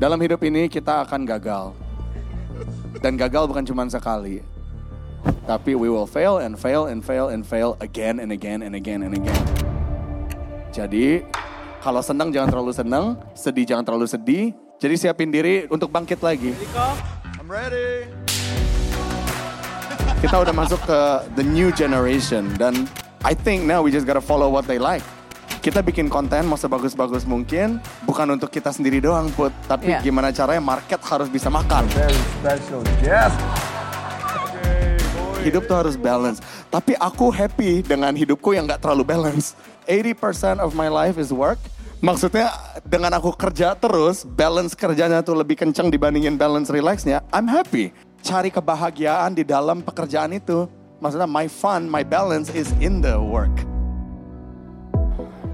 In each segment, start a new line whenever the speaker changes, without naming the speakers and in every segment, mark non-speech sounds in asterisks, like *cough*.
Dalam hidup ini kita akan gagal. Dan gagal bukan cuma sekali. Tapi we will fail and fail and fail and fail again and again and again and again. Jadi kalau senang jangan terlalu senang, sedih jangan terlalu sedih. Jadi siapin diri untuk bangkit lagi.
I'm ready.
Kita udah masuk ke the new generation dan I think now we just gotta follow what they like. Kita bikin konten mau sebagus-bagus mungkin, bukan untuk kita sendiri doang, Put. Tapi
Iya.
gimana caranya market harus bisa makan.
Very special guest. Okay, boy.
Hidup tuh harus balance. Tapi aku happy dengan hidupku yang gak terlalu balance. 80% of my life is work. Maksudnya dengan aku kerja terus, balance kerjanya tuh lebih kenceng dibandingin balance relaxnya. I'm happy. Cari kebahagiaan di dalam pekerjaan itu. Maksudnya my fun, my balance is in the work.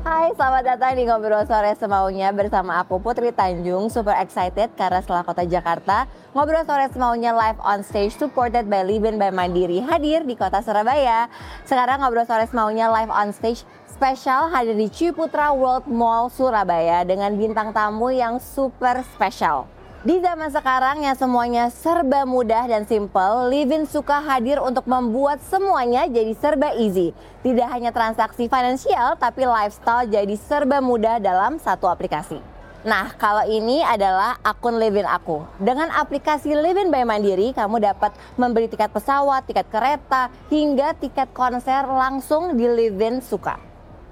Hai, selamat datang di Ngobrol Sore Semaunya bersama aku Putri Tanjung, super excited karena setelah kota Jakarta, Ngobrol Sore Semaunya live on stage supported by Liben by Mandiri hadir di kota Surabaya. Sekarang Ngobrol Sore Semaunya live on stage spesial hadir di Ciputra World Mall Surabaya dengan bintang tamu yang super spesial. Di zaman sekarang yang semuanya serba mudah dan simple, Livin suka hadir untuk membuat semuanya jadi serba easy. Tidak hanya transaksi finansial, tapi lifestyle jadi serba mudah dalam satu aplikasi. Nah, kalau ini adalah akun Livin aku. Dengan aplikasi Livin by Mandiri, kamu dapat membeli tiket pesawat, tiket kereta, hingga tiket konser langsung di Livin Suka.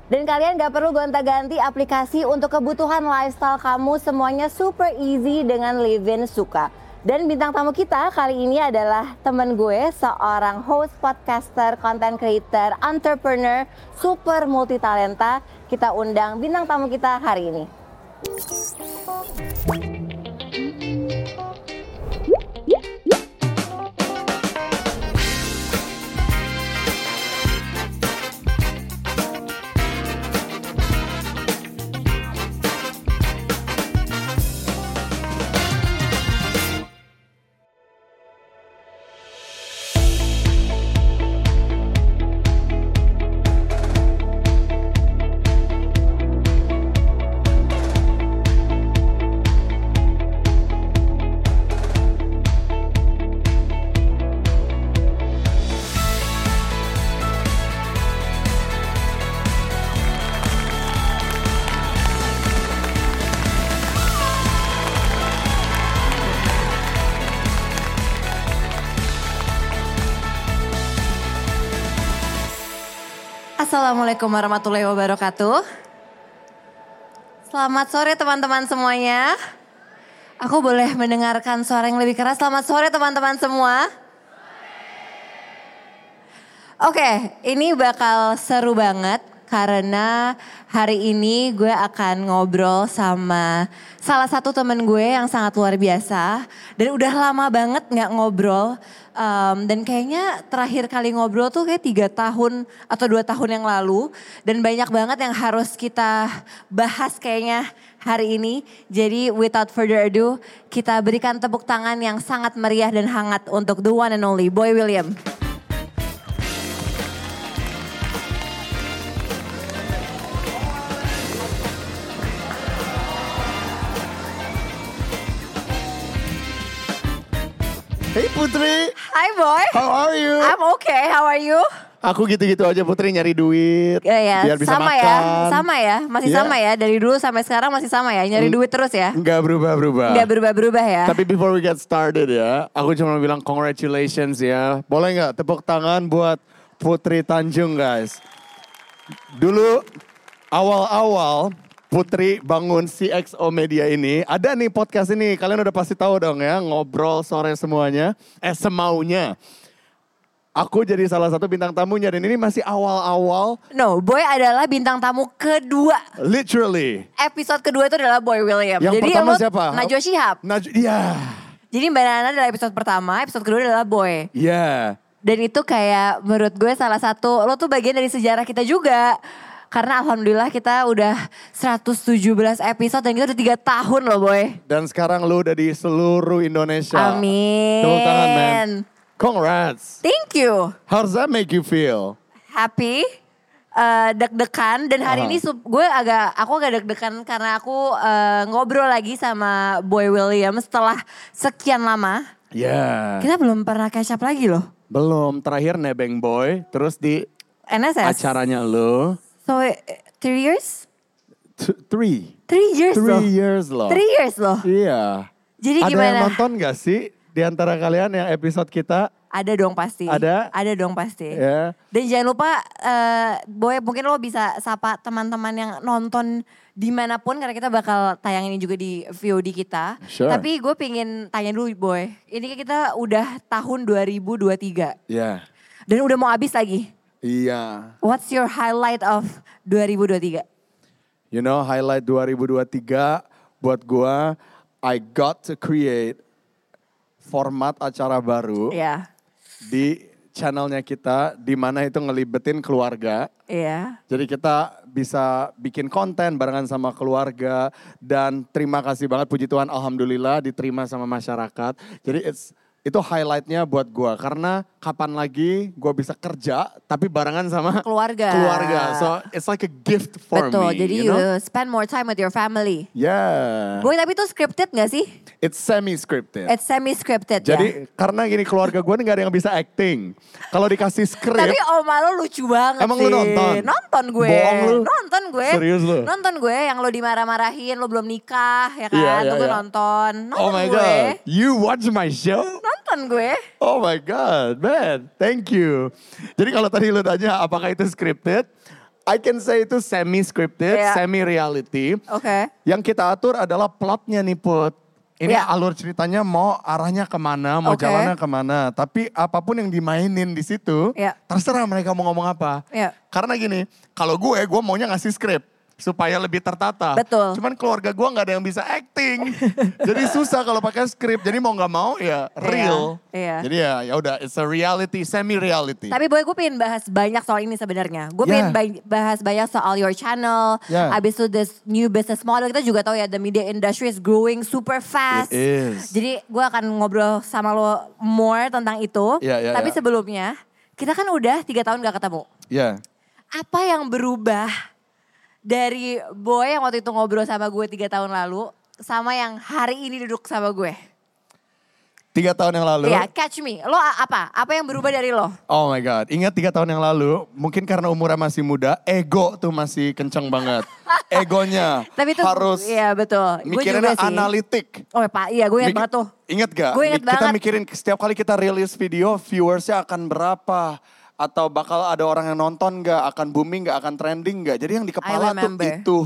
Dan kalian gak perlu gonta-ganti aplikasi untuk kebutuhan lifestyle kamu semuanya super easy dengan Livin Suka. Dan bintang tamu kita kali ini adalah temen gue, seorang host, podcaster, content creator, entrepreneur, super multitalenta. Kita undang bintang tamu kita hari ini. Assalamualaikum warahmatullahi wabarakatuh. Selamat sore teman-teman semuanya. Aku boleh mendengarkan suara yang lebih keras. Selamat sore teman-teman semua. Oke, ini bakal seru banget karena hari ini gue akan ngobrol sama salah satu temen gue yang sangat luar biasa dan udah lama banget nggak ngobrol Em, dan kayaknya terakhir kali ngobrol tuh kayak tiga tahun atau dua tahun yang lalu dan banyak banget yang harus kita bahas kayaknya hari ini. Jadi without further ado kita berikan tepuk tangan yang sangat meriah dan hangat untuk the one and only Boy William.
Hey Putri,
Hi Boy.
how are you?
I'm okay. How are you?
Aku gitu-gitu aja Putri nyari duit
Ya ya,
biar bisa
sama
makan.
ya, sama ya, masih
Iya.
sama ya. Dari dulu sampai sekarang masih sama ya, nyari duit terus ya.
Enggak berubah-berubah.
Nggak berubah-berubah ya.
Iya. Tapi before we get started ya, aku cuma mau bilang congratulations ya. Boleh nggak tepuk tangan buat Putri Tanjung guys. Dulu awal-awal Putri bangun CXO Media ini, ada nih podcast ini. Kalian udah pasti tahu dong ya, ngobrol sore semuanya, eh semaunya. Aku jadi salah satu bintang tamunya dan ini masih awal-awal
No, Boy adalah bintang tamu kedua.
Literally.
Episode kedua itu adalah Boy William.
Yang
Jadi
pertama
lo
siapa?
Najwa Shihab.
Naj ya.
Jadi Mbak Nana adalah episode pertama, episode kedua adalah Boy.
Ya.
Dan itu kayak menurut gue salah satu, lo tuh bagian dari sejarah kita juga. Karena alhamdulillah kita udah 117 episode dan kita udah 3 tahun loh Boy.
Dan sekarang lu udah di seluruh Indonesia.
Amin.
Tepuk tangan, man. Congrats.
Thank you.
How does that make you feel?
Happy. eh, deg-degan dan
Aha.
hari ini sup- gue agak aku agak deg-degan karena aku eh, ngobrol lagi sama Boy William setelah sekian
Nah.
lama.
Yeah.
Kita belum pernah catch up lagi loh.
Ya. Belum terakhir nebeng boy, terus di
NSS.
acaranya lo
So eh, three years?
t- three,
Three years loh.
three years loh.
Three years loh.
Iya.
Jadi
Ada
gimana?
yang nonton gak sih di antara kalian yang episode kita?
Ada dong pasti.
Ada?
Ada dong pasti.
Ya.
Dan jangan lupa, eh Boy mungkin lo bisa sapa teman-teman yang nonton dimanapun karena kita bakal tayangin juga di VOD kita.
Sure.
Tapi gue pingin tanya dulu Boy, ini kita udah tahun 2023
Iya.
dan udah mau habis lagi.
Iya.
What's your highlight of 2023?
You know, highlight 2023 buat gua, I got to create format acara baru
Iya,
di channelnya kita, di mana itu ngelibetin keluarga.
iya.
Jadi kita bisa bikin konten barengan sama keluarga dan terima kasih banget puji Tuhan alhamdulillah diterima sama masyarakat. Jadi it's itu highlightnya buat gua karena kapan lagi gua bisa kerja tapi barengan sama
Keluarga.
Keluarga. So it's like a gift for
Betul,
me.
jadi
you know?
you spend more time with your family.
Yeah.
Boy, tapi itu scripted gak sih?
It's semi scripted.
It's semi-scripted ya?
Jadi karena gini keluarga gua nih gak ada yang bisa acting. Kalau dikasih skrip
Tapi oma lo lucu banget
Emang
sih.
lu nonton?
Nonton gue.
Bohong lu.
Nonton gue.
Serius lu?
Nonton gue yang lo dimarah-marahin, lo belum nikah ya kan.
Iya, iya,
Tuh gue
iya.
nonton. Nonton
Oh my
gue.
god, you watch my show?
Nonton gue.
Oh my God, man, thank you. Jadi kalau tadi lu tanya apakah itu scripted, I can say itu semi-scripted,
Iya.
semi-reality.
Oke.
Yang kita atur adalah plotnya nih Put. Ini
Iya.
alur ceritanya mau arahnya kemana, mau
Oke.
jalannya kemana. Tapi apapun yang dimainin di situ,
Iya.
terserah mereka mau ngomong apa.
Iya.
Karena gini, kalau gue, gue maunya ngasih skrip supaya lebih tertata.
Betul.
Cuman keluarga gue nggak ada yang bisa acting,
*laughs*
jadi susah kalau pakai skrip. Jadi mau nggak mau ya real.
Iya.
Jadi ya ya udah, it's a reality, semi reality.
Tapi boy gue pengen bahas banyak soal ini sebenarnya. Gue
Yeah.
pengen ba- bahas banyak soal your channel.
Yeah.
Abis itu this new business model. Kita juga tahu ya the media industry is growing super fast.
It is.
Jadi gue akan ngobrol sama lo more tentang itu.
Iya, iya, iya.
Tapi sebelumnya kita kan udah tiga tahun gak ketemu.
Ya.
apa yang berubah dari boy yang waktu itu ngobrol sama gue tiga tahun lalu sama yang hari ini duduk sama gue?
Tiga tahun yang lalu.
Iya, catch me. Lo a- apa? Apa yang berubah dari lo?
Oh my God, ingat tiga tahun yang lalu, mungkin karena umurnya masih muda, ego tuh masih kenceng
*laughs*
banget. Egonya
Tapi itu
harus
Iya, betul. Gue juga
mikirinnya
sih.
analitik.
Oh, Pak, iya gue ingat
Mik-
banget tuh.
Ingat gak?
Gue ingat
Mi- kita
banget.
mikirin setiap kali kita rilis video, viewersnya akan berapa. Atau bakal ada orang yang nonton gak, akan booming gak, akan trending gak. Jadi yang di kepala tuh
remember.
itu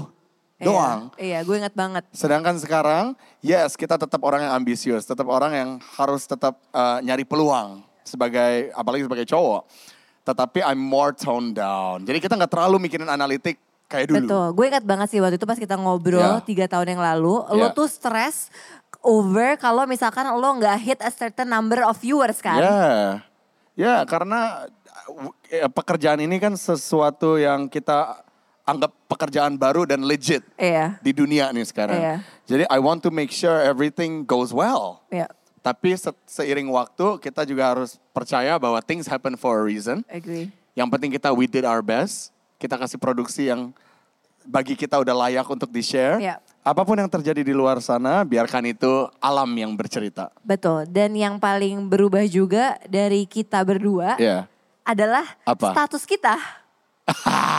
doang.
Iya, iya, gue ingat banget.
Sedangkan sekarang, yes kita tetap orang yang ambisius, tetap orang yang harus tetap eh, nyari peluang sebagai apalagi sebagai cowok. Tetapi I'm more toned down. Jadi kita nggak terlalu mikirin analitik kayak dulu.
Betul, gue ingat banget sih waktu itu pas kita
Iya.
ngobrol tiga tahun yang lalu, lo
Iya.
tuh stres over kalau misalkan lo nggak hit a certain number of
Ya,
viewers kan?
ya karena eh, pekerjaan ini kan sesuatu yang kita anggap pekerjaan baru dan legit
Iya.
di dunia nih sekarang.
Iya.
Jadi I want to make sure everything goes well.
Iya,
Tapi se- seiring waktu kita juga harus percaya bahwa things happen for a reason.
agree.
Yang penting kita we did our best. Kita kasih produksi yang bagi kita udah layak untuk di-share.
Iya.
Apapun yang terjadi di luar sana, biarkan itu alam yang bercerita.
Betul. Dan yang paling berubah juga dari kita
*laughs*
berdua
Iya.
adalah
Apa?
status kita.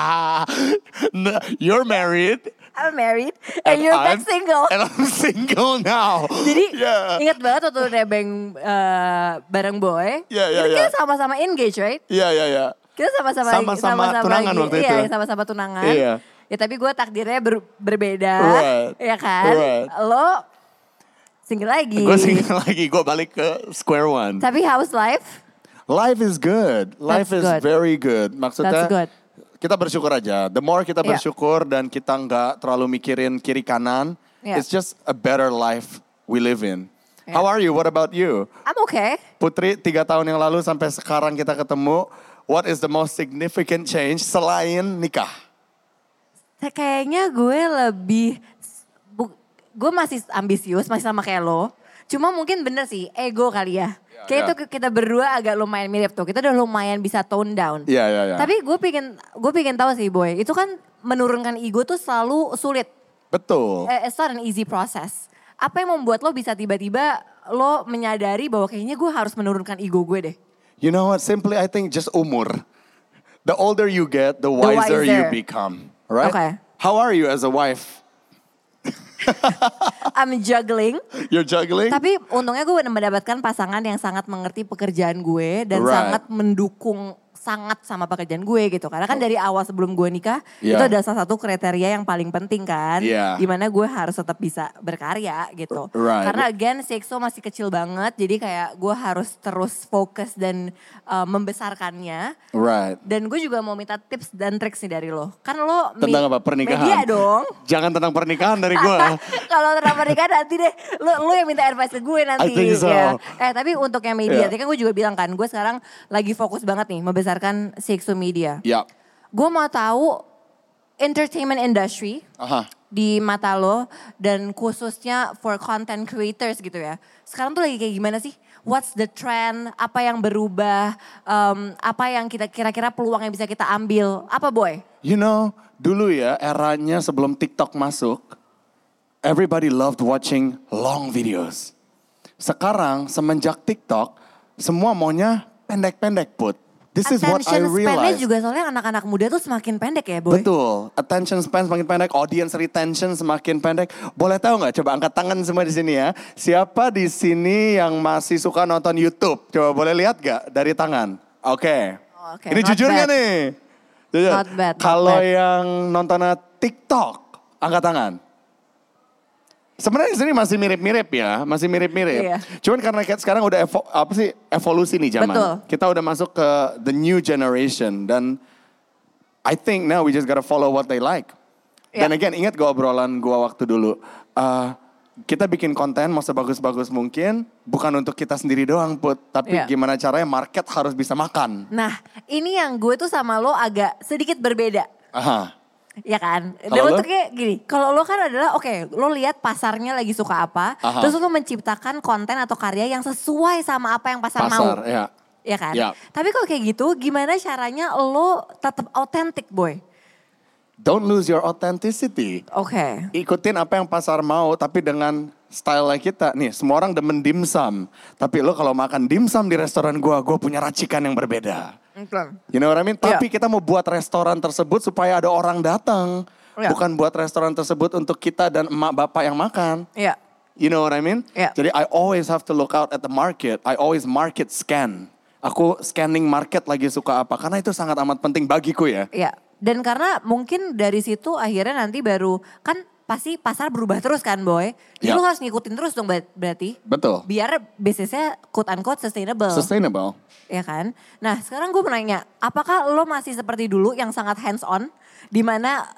Nah, You're married
I'm married and, you're
I'm-
back single.
And I'm *laughs* single now.
Jadi
yeah.
ingat banget waktu nebeng eh, bareng boy.
Iya, iya,
Itu kita
iya.
sama-sama engage, right?
Iya, iya, iya.
Kita sama-sama
Sama-sama tunangan
lagi-
waktu
iya,
itu.
sama-sama tunangan.
Iya.
Ya tapi gue takdirnya ber- berbeda,
Right.
ya kan?
Right.
Lo single lagi.
Gue single lagi, gue balik ke square one.
Tapi house life
Life is good. Life is
That's good.
very good. Maksudnya
That's good.
kita bersyukur aja. The more kita
Yeah.
bersyukur dan kita nggak terlalu mikirin kiri kanan,
Yeah.
it's just a better life we live in.
Yeah.
How are you? What about you?
I'm okay.
Putri, tiga tahun yang lalu sampai sekarang kita ketemu. What is the most significant change selain nikah?
Kayaknya gue lebih, bu- gue masih ambisius, masih sama kayak lo. Cuma mungkin bener sih, ego kali ya. Kayak itu kita berdua agak lumayan mirip tuh. Kita udah lumayan bisa tone down.
Iya, iya, iya.
Tapi gue pingin gue pingin tahu sih boy. Itu kan menurunkan ego tuh selalu sulit.
Betul.
Eh, It's not an easy process. Apa yang membuat lo bisa tiba-tiba lo menyadari bahwa kayaknya gue harus menurunkan ego gue deh.
You know what? Simply, I think just umur. The older you get, the wiser, you
wiser.
become. Right?
Okay.
How are you as a wife?
I'm juggling.
You're juggling?
Tapi untungnya gue mendapatkan pasangan yang sangat mengerti pekerjaan gue dan
Right.
sangat mendukung sangat sama pekerjaan gue gitu. Karena kan dari awal sebelum gue
Oh.
nikah
Yeah.
itu ada salah satu kriteria yang paling penting kan,
Yeah.
dimana gue harus tetap bisa berkarya gitu.
Right.
Karena again Sexo masih kecil banget, jadi kayak gue harus terus fokus dan uh, membesarkannya.
right.
Dan gue juga mau minta tips dan triks nih dari lo. Kan lo mi-
Tentang apa? Pernikahan.
Media dong.
Jangan tentang pernikahan dari gue.
*laughs* Kalau tentang pernikahan nanti deh lu, lu yang minta advice ke gue
I
nanti
think so.
ya. Eh tapi untuk yang media
Yeah.
tadi kan gue juga bilang kan gue sekarang lagi fokus banget nih membesarkan Sexu Media.
ya.
Gue mau tahu entertainment industry
Aha.
di mata lo dan khususnya for content creators gitu ya. Sekarang tuh lagi kayak gimana sih? What's the trend? Apa yang berubah? Em, apa yang kita kira-kira peluang yang bisa kita ambil? Apa boy?
You know, dulu ya eranya sebelum TikTok masuk, everybody loved watching long videos. Sekarang semenjak TikTok, semua maunya pendek-pendek put. This is what I
Attention span-nya
realized.
juga soalnya anak-anak muda tuh semakin pendek ya boy.
Betul, attention span semakin pendek, audience retention semakin pendek. Boleh tahu nggak? Coba angkat tangan semua di sini ya. Siapa di sini yang masih suka nonton YouTube? Coba boleh lihat nggak dari tangan? Oke.
Oh, oke.
Ini
Not
jujur nggak
bad.
nih? Jujur.
Not bad, not
Kalau
bad.
yang nontonnya TikTok, angkat tangan. Sebenarnya di sini masih mirip-mirip ya, masih mirip-mirip.
Iya.
Cuman karena kayak sekarang udah evo- apa sih evolusi nih zaman.
Betul.
Kita udah masuk ke the new generation dan I think now we just gotta follow what they like.
Yeah.
Dan again, ingat gua obrolan gua waktu dulu. Eh, kita bikin konten mau sebagus-bagus mungkin, bukan untuk kita sendiri doang put, tapi
Yeah.
gimana caranya market harus bisa makan.
Nah, ini yang gue tuh sama lo agak sedikit berbeda.
Aha.
Ya kan? Dan
Kalau
lo
lo?
tuh kayak gini, kalau lo kan adalah oke, lo lihat pasarnya lagi suka apa,
Aha.
terus lo menciptakan konten atau karya yang sesuai sama apa yang pasar, mau.
Pasar, ya.
Ya kan?
Ya.
Tapi kalau kayak gitu, gimana caranya lo tetap autentik, boy?
Don't lose your authenticity.
Oke.
ikutin apa yang pasar mau tapi dengan style kita nih semua orang demen dimsum tapi lo kalau makan dimsum di restoran gua gua punya racikan yang berbeda you know what I mean
Iya.
tapi kita mau buat restoran tersebut supaya ada orang datang
Iya.
bukan buat restoran tersebut untuk kita dan emak bapak yang makan
Iya.
You know what I mean?
Yeah.
Jadi I always have to look out at the market. I always market scan. Aku scanning market lagi suka apa karena itu sangat amat penting bagiku ya.
Iya. Dan karena mungkin dari situ akhirnya nanti baru kan pasti pasar berubah terus kan, boy. Jadi
Ya.
lo harus ngikutin terus dong ber- berarti.
Betul.
Biar bisnisnya quote unquote sustainable.
Sustainable.
ya kan? Nah, sekarang gue mau nanya, apakah lo masih seperti dulu yang sangat hands on di mana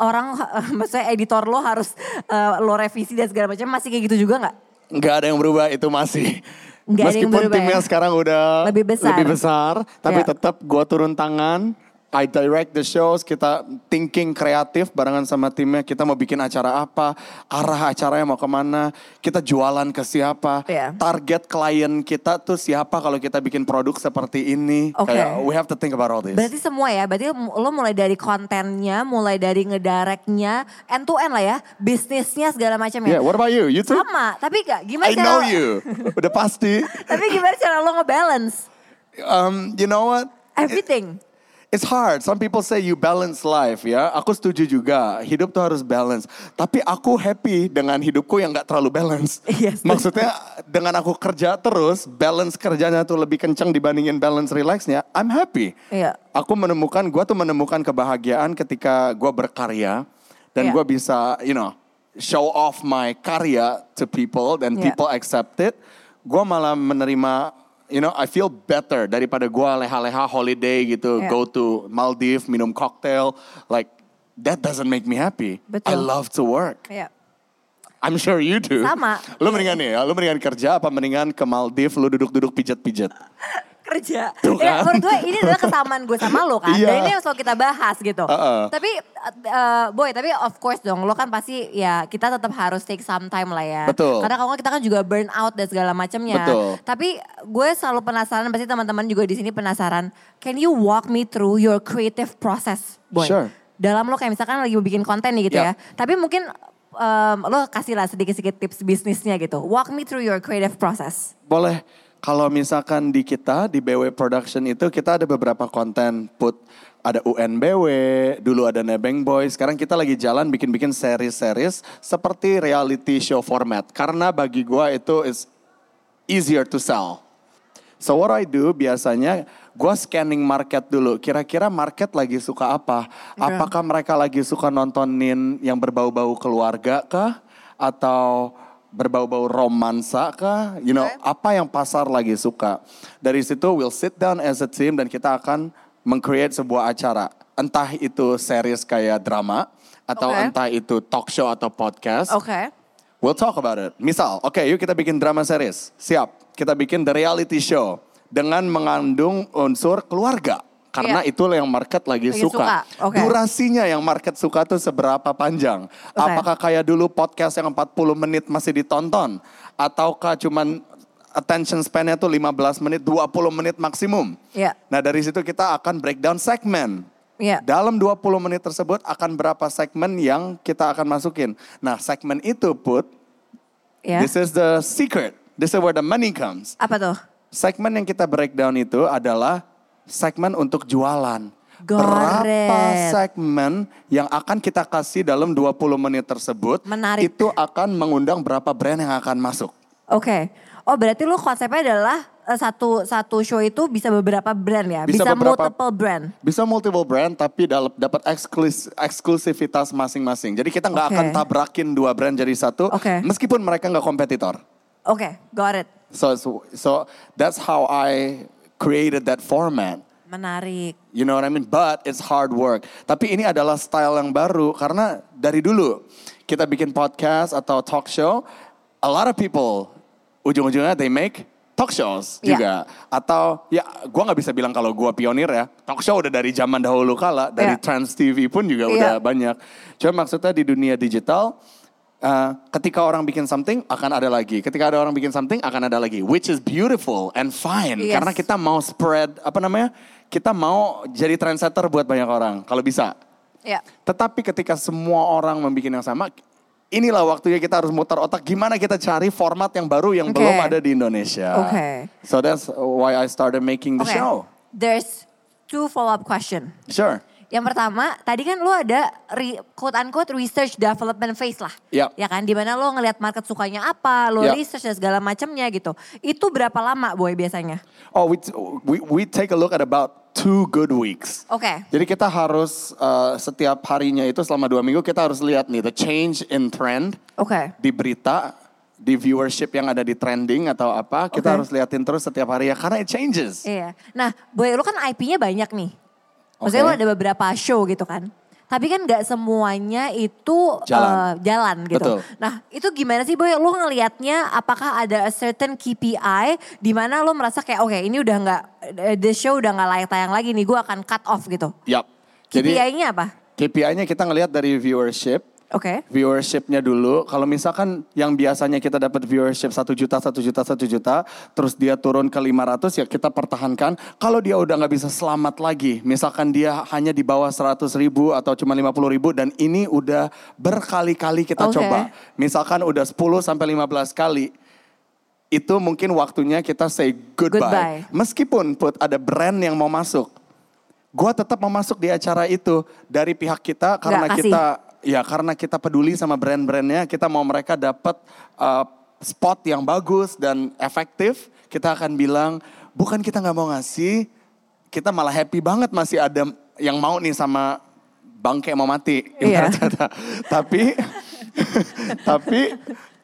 orang *laughs* maksudnya editor lo harus eh, lo revisi dan segala macam masih kayak gitu juga nggak?
nggak ada yang berubah itu masih.
Nggak ada yang
Meskipun
berubah
timnya
ya?
sekarang udah
Lebih besar.
lebih besar, tapi
Ya.
tetap gua turun tangan. I direct the shows, kita thinking kreatif barengan sama timnya. Kita mau bikin acara apa, arah acaranya mau kemana, kita jualan ke siapa,
Ya.
target klien kita tuh siapa kalau kita bikin produk seperti ini.
Oke.
Kayak we have to think about all this.
Berarti semua ya, berarti mu- lo mulai dari kontennya, mulai dari ngedirectnya, end to end lah ya, bisnisnya segala macam ya.
yeah, what about you? You too?
Sama, tapi gak, gimana
I
cara
know you. Udah
*laughs*
pasti.
Tapi gimana cara lo ngebalance
Um, you know what?
everything?
It's hard. Some people say you balance life ya. Aku setuju juga. Hidup tuh harus balance. Tapi aku happy dengan hidupku yang nggak terlalu balance.
*laughs* Iya, setuju.
Maksudnya dengan aku kerja terus, balance kerjanya tuh lebih kenceng dibandingin balance relaxnya. I'm happy.
Iya.
Aku menemukan, gua tuh menemukan kebahagiaan ketika gua berkarya dan
Iya.
gua bisa, you know, show off my karya to people dan
Iya.
people accept it. Gua malah menerima, you know, I feel better daripada gua leha-leha holiday gitu
Yeah.
go to Maldives, minum cocktail, like that doesn't make me happy. I
Betul.
love to work.
Iya.
I'm sure you do.
Sama.
Lu mendingan nih, ya, lu mendingan kerja apa mendingan ke Maldives, lu duduk-duduk pijet-pijet.
kerja.
Tuh
Ya,
kan?
menurut gue ini adalah kesamaan gue sama lo kan.
*laughs* Iya.
Dan ini yang selalu kita bahas gitu.
Uh-uh.
Tapi eh, boy, tapi of course dong lo kan pasti ya kita tetap harus take some time lah ya.
Betul.
Karena kalau nggak kita kan juga burn out dan segala macamnya.
Betul.
Tapi gue selalu penasaran pasti teman-teman juga di sini penasaran. Can you walk me through your creative process, boy?
Sure.
Dalam lo kayak misalkan lagi bikin konten nih gitu
Yeah.
ya. Tapi mungkin em, lo kasih lah sedikit-sedikit tips bisnisnya gitu. Walk me through your creative process.
Boleh. Kalau misalkan di kita, di BW Production itu kita ada beberapa konten put. Ada UNBW, dulu ada Nebeng Boy. Sekarang kita lagi jalan bikin-bikin series-series seperti reality show format. Karena bagi gua itu is easier to sell. So what I do biasanya gue scanning market dulu. Kira-kira market lagi suka apa? Apakah mereka lagi suka nontonin yang berbau-bau keluarga kah? Atau berbau-bau romansa kah? You know, apa yang pasar lagi suka? Dari situ we'll sit down as a team dan kita akan meng-create sebuah acara. Entah itu series kayak drama atau
Oke.
entah itu talk show atau podcast.
Oke.
We'll talk about it. Misal, oke yuk kita bikin drama series. Siap, kita bikin the reality show. Dengan mengandung unsur keluarga. Karena
Iya.
itulah yang market lagi,
Lagi
suka.
suka, oke.
Durasinya yang market suka tuh seberapa panjang. Apakah kayak dulu podcast yang 40 menit masih ditonton? Ataukah cuman attention span-nya tuh 15 menit, 20 menit maksimum?
Iya.
Nah dari situ kita akan breakdown segmen.
Iya.
Dalam 20 menit tersebut akan berapa segmen yang kita akan masukin. Nah, segmen itu put
Ya.
this is the secret. This is where the money comes.
Apa tuh?
Segmen yang kita breakdown itu adalah segmen untuk jualan. Berapa
Goret.
segmen yang akan kita kasih dalam 20 menit tersebut
Menarik.
itu akan mengundang berapa brand yang akan masuk.
Oke. Oh berarti lu konsepnya adalah eh, satu satu show itu bisa beberapa brand ya? Bisa,
beberapa-
multiple brand.
Bisa multiple brand tapi dal- dapat eksklusi- eksklusivitas masing-masing. Jadi kita nggak
Oke.
akan tabrakin dua brand jadi satu
Oke.
meskipun mereka nggak kompetitor.
Oke, got it.
So, so so that's how I created that format.
Menarik.
You know what I mean? But it's hard work. Tapi ini adalah style yang baru karena dari dulu kita bikin podcast atau talk show, a lot of people ujung-ujungnya they make talk shows
Yeah.
juga. Atau ya gua nggak bisa bilang kalau gua pionir ya. Talk show udah dari zaman dahulu kala, dari
Yeah.
Trans TV pun juga
Iya.
udah banyak. Cuma maksudnya di dunia digital, eh, ketika orang bikin something akan ada lagi. Ketika ada orang bikin something akan ada lagi, which is beautiful and fine.
Yes.
Karena kita mau spread apa namanya? Kita mau jadi trendsetter buat banyak orang kalau bisa.
Ya.
Tetapi ketika semua orang membuat yang sama, inilah waktunya kita harus mutar otak gimana kita cari format yang baru yang
Oke.
belum ada di Indonesia.
Oke.
So that's why I started making the
Oke.
show.
There's two follow up question.
Sure.
Yang pertama, tadi kan lu ada re, quote unquote research development phase lah.
Iya.
Ya kan, dimana lo ngelihat market sukanya apa, lo
Iya.
research dan segala macamnya gitu. Itu berapa lama boy biasanya?
Oh, we, we we take a look at about two good weeks.
Oke.
Jadi kita harus uh, setiap harinya itu selama dua minggu kita harus lihat nih the change in trend
Oke.
di berita, di viewership yang ada di trending atau apa. Kita
Oke.
harus liatin terus setiap hari ya karena it changes.
Iya. Nah, Boy, lu kan IP-nya banyak nih. Maksudnya
Oke.
lu ada beberapa show gitu kan. Tapi kan gak semuanya itu
Jalan.
eh, jalan gitu.
Betul.
Nah, itu gimana sih Boy? Lu ngelihatnya apakah ada a certain KPI di mana lu merasa kayak oke, ini udah nggak eh, the show udah nggak layak tayang lagi nih, gua akan cut off gitu.
Yap. Jadi
KPI-nya apa?
KPI-nya kita ngelihat dari viewership.
Oke.
Viewershipnya dulu, kalau misalkan yang biasanya kita dapat viewership 1 juta, 1 juta, 1 juta, terus dia turun ke 500 ya kita pertahankan. Kalau dia udah nggak bisa selamat lagi, misalkan dia hanya di bawah 100 ribu atau cuma 50 ribu dan ini udah berkali-kali kita
Oke.
coba. Misalkan udah 10 sampai 15 kali, itu mungkin waktunya kita say goodbye.
Goodbye.
Meskipun put ada brand yang mau masuk, gua tetap mau masuk di acara itu dari pihak kita karena
kasih.
kita ya karena kita peduli sama brand-brandnya, kita mau mereka dapat uh, spot yang bagus dan efektif. Kita akan bilang bukan kita nggak mau ngasih, kita malah happy banget masih ada yang mau nih sama bangke mau mati.
Iya.
ibarat kata. tapi *laughs* tapi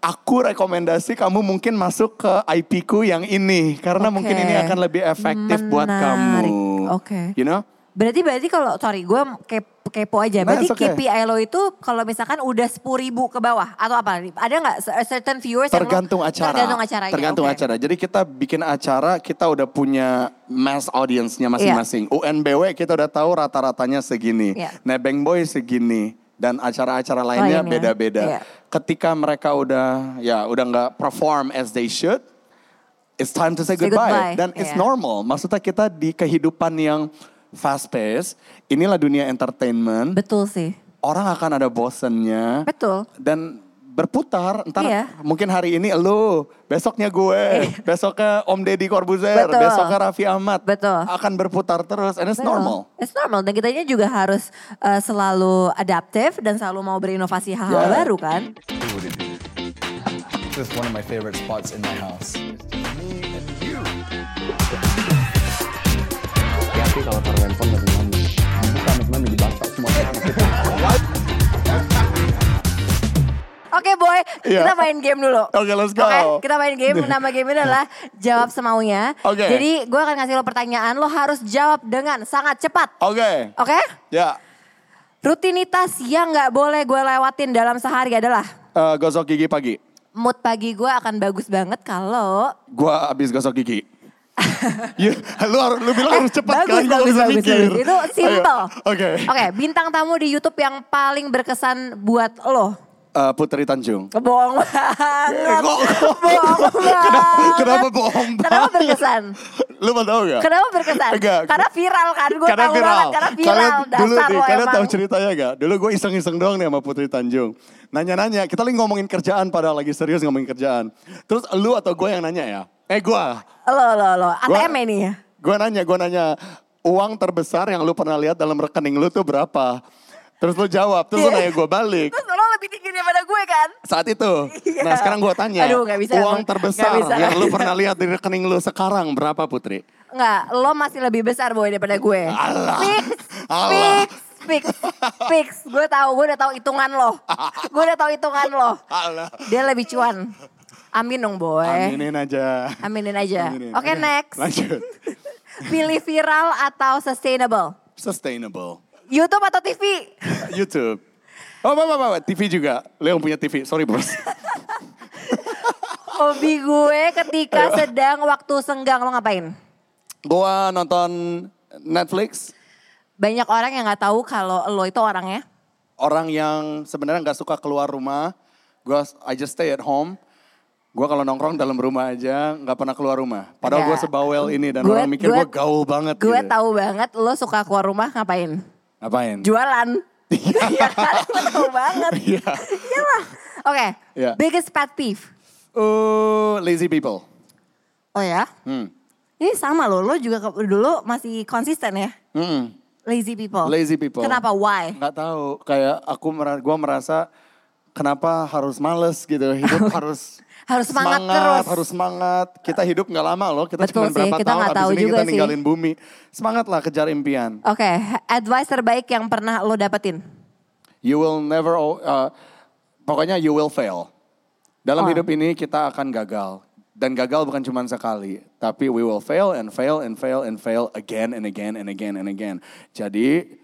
aku rekomendasi kamu mungkin masuk ke IP ku yang ini karena
Oke.
mungkin ini akan lebih efektif buat
Menarik.
kamu.
Oke.
You know?
Berarti berarti kalau sorry gue kayak kepo aja.
Nah,
Berarti
it's okay.
KPI lo itu kalau misalkan udah 10.000 ribu ke bawah atau apa? Ada nggak a certain viewers yang lo-
tergantung acara.
Tergantung acaranya.
Tergantung
oke.
acara. Jadi kita bikin acara, kita udah punya mass
Iya.
audience-nya masing-masing. UNBW kita udah tahu rata-ratanya segini.
Iya.
Nebeng Boy segini dan acara-acara lainnya
Lainnya.
beda-beda.
Iya.
Ketika mereka udah ya udah nggak perform as they should, it's time to say,
Say
goodbye.
goodbye,
Dan it's
iya.
normal. Maksudnya kita di kehidupan yang fast paced, inilah dunia entertainment.
Betul sih.
Orang akan ada bosennya
Betul.
dan berputar entar
Iya.
mungkin hari ini elu besoknya gue besoknya Om Deddy Corbuzier
Betul.
besoknya Raffi Ahmad
Betul.
akan berputar terus and it's
Betul.
normal
It's normal. Dan kitanya juga harus eh, selalu adaptif dan selalu mau berinovasi hal-hal
Yeah.
baru kan.
Who would it be? This is one of my favorite spots in my house.
hati-hati kalau taruh handphone dari mami. Bukan, mami dibantah semua orang.
Oke boy,
Iya.
kita main game dulu.
Oke, let's go.
Oke, kita main
*laughs*
game. Nama game ini adalah jawab semaunya.
Oke.
Jadi gue akan kasih lo pertanyaan, lo harus jawab dengan sangat cepat.
oke
Oke?
ya
Rutinitas yang nggak boleh gue lewatin dalam sehari adalah
eh, gosok gigi pagi
mood pagi gue akan bagus banget kalau
gue abis gosok
*laughs*
gigi Ya, lu harus lu bilang harus cepat
Eh, bagus,
kan gua nggak
bagus,
bisa
bagus,
mikir.
bagus. Itu
Ayo,
simple.
Oke.
Oke, bintang tamu di YouTube yang paling berkesan buat lo.
Eh, Putri Tanjung.
Kebohong banget.
Eh, kok- kok-
Bohong
*laughs* Kenapa,
banget.
kenapa bohong
Kenapa
banget?
berkesan?
Lu mau tau gak?
Kenapa berkesan?
Enggak.
Karena viral kan, gue
karena
tahu
viral.
banget karena viral.
Kalian- dulu
Dasar
nih,
lo
kalian
emang.
tahu ceritanya gak? Dulu gue iseng-iseng doang nih sama Putri Tanjung. Nanya-nanya, kita lagi ngomongin kerjaan padahal lagi serius ngomongin kerjaan. Terus lu atau gue yang nanya ya? Eh gue,
Lo, lo, lo.
Gua-
ATM ini ya?
gue nanya, gue nanya uang terbesar yang lu pernah lihat dalam rekening lu tuh berapa? Terus lu jawab, terus lu
Iya.
nanya gue balik.
Terus lo lebih tinggi daripada gue kan?
Saat itu,
Iya.
nah sekarang gue tanya,
Aduh, nggak bisa
uang
emang.
terbesar
Nggak bisa,
yang
nggak
lu
bisa.
pernah lihat di rekening lu sekarang berapa Putri?
Enggak, lo masih lebih besar boy daripada gue.
Alah.
Fix,
Alah.
fix, fix, fix. Gue tahu, gue udah tahu hitungan lo. Gue udah tahu hitungan lo.
Alah.
Dia lebih cuan. Amin dong boy.
Aminin aja.
Aminin aja.
Aminin.
Oke next.
Lanjut.
Pilih viral atau sustainable?
Sustainable.
YouTube atau TV?
YouTube. Oh, apa, apa, apa, apa. TV juga. Leon punya TV. Sorry, bos.
Hobi gue ketika sedang waktu senggang lo ngapain?
*laughs* Gua nonton Netflix.
Banyak orang yang nggak tahu kalau lo itu orangnya.
Orang yang sebenarnya nggak suka keluar rumah. Gua I just stay at home. Gua kalau nongkrong dalam rumah aja, nggak pernah keluar rumah. Padahal
Nggak.
gua sebawel ini dan
Gue-
orang mikir
gue-
gua gaul banget.
Gue
gitu.
tahu banget lo suka keluar rumah ngapain?
Ngapain?
Jualan. *laughs* Iya kan? Gue tahu banget.
*laughs* Iya.
Iya lah. Oke.
Iya.
Biggest pet peeve.
Oh, lazy people.
Oh ya?
Hmm.
Ini sama lo. Lo juga ke- dulu masih konsisten ya?
Mm-mm.
Lazy people.
Lazy people.
Kenapa? Why?
nggak tahu kayak aku mera- gua merasa kenapa harus males gitu
*laughs*
hidup harus
Harus semangat terus.
harus semangat kita hidup nggak lama loh kita
Betul
cuma
sih,
berapa
kita
tahun
nggak
habis
tahu
ini
juga
kita
sih.
ninggalin bumi semangatlah kejar impian
Oke. Advice terbaik yang pernah lo dapetin?
you will never o- uh, pokoknya you will fail dalam
Oh.
hidup ini kita akan gagal dan gagal bukan cuma sekali tapi we will fail and fail and fail and fail again and again and again and again jadi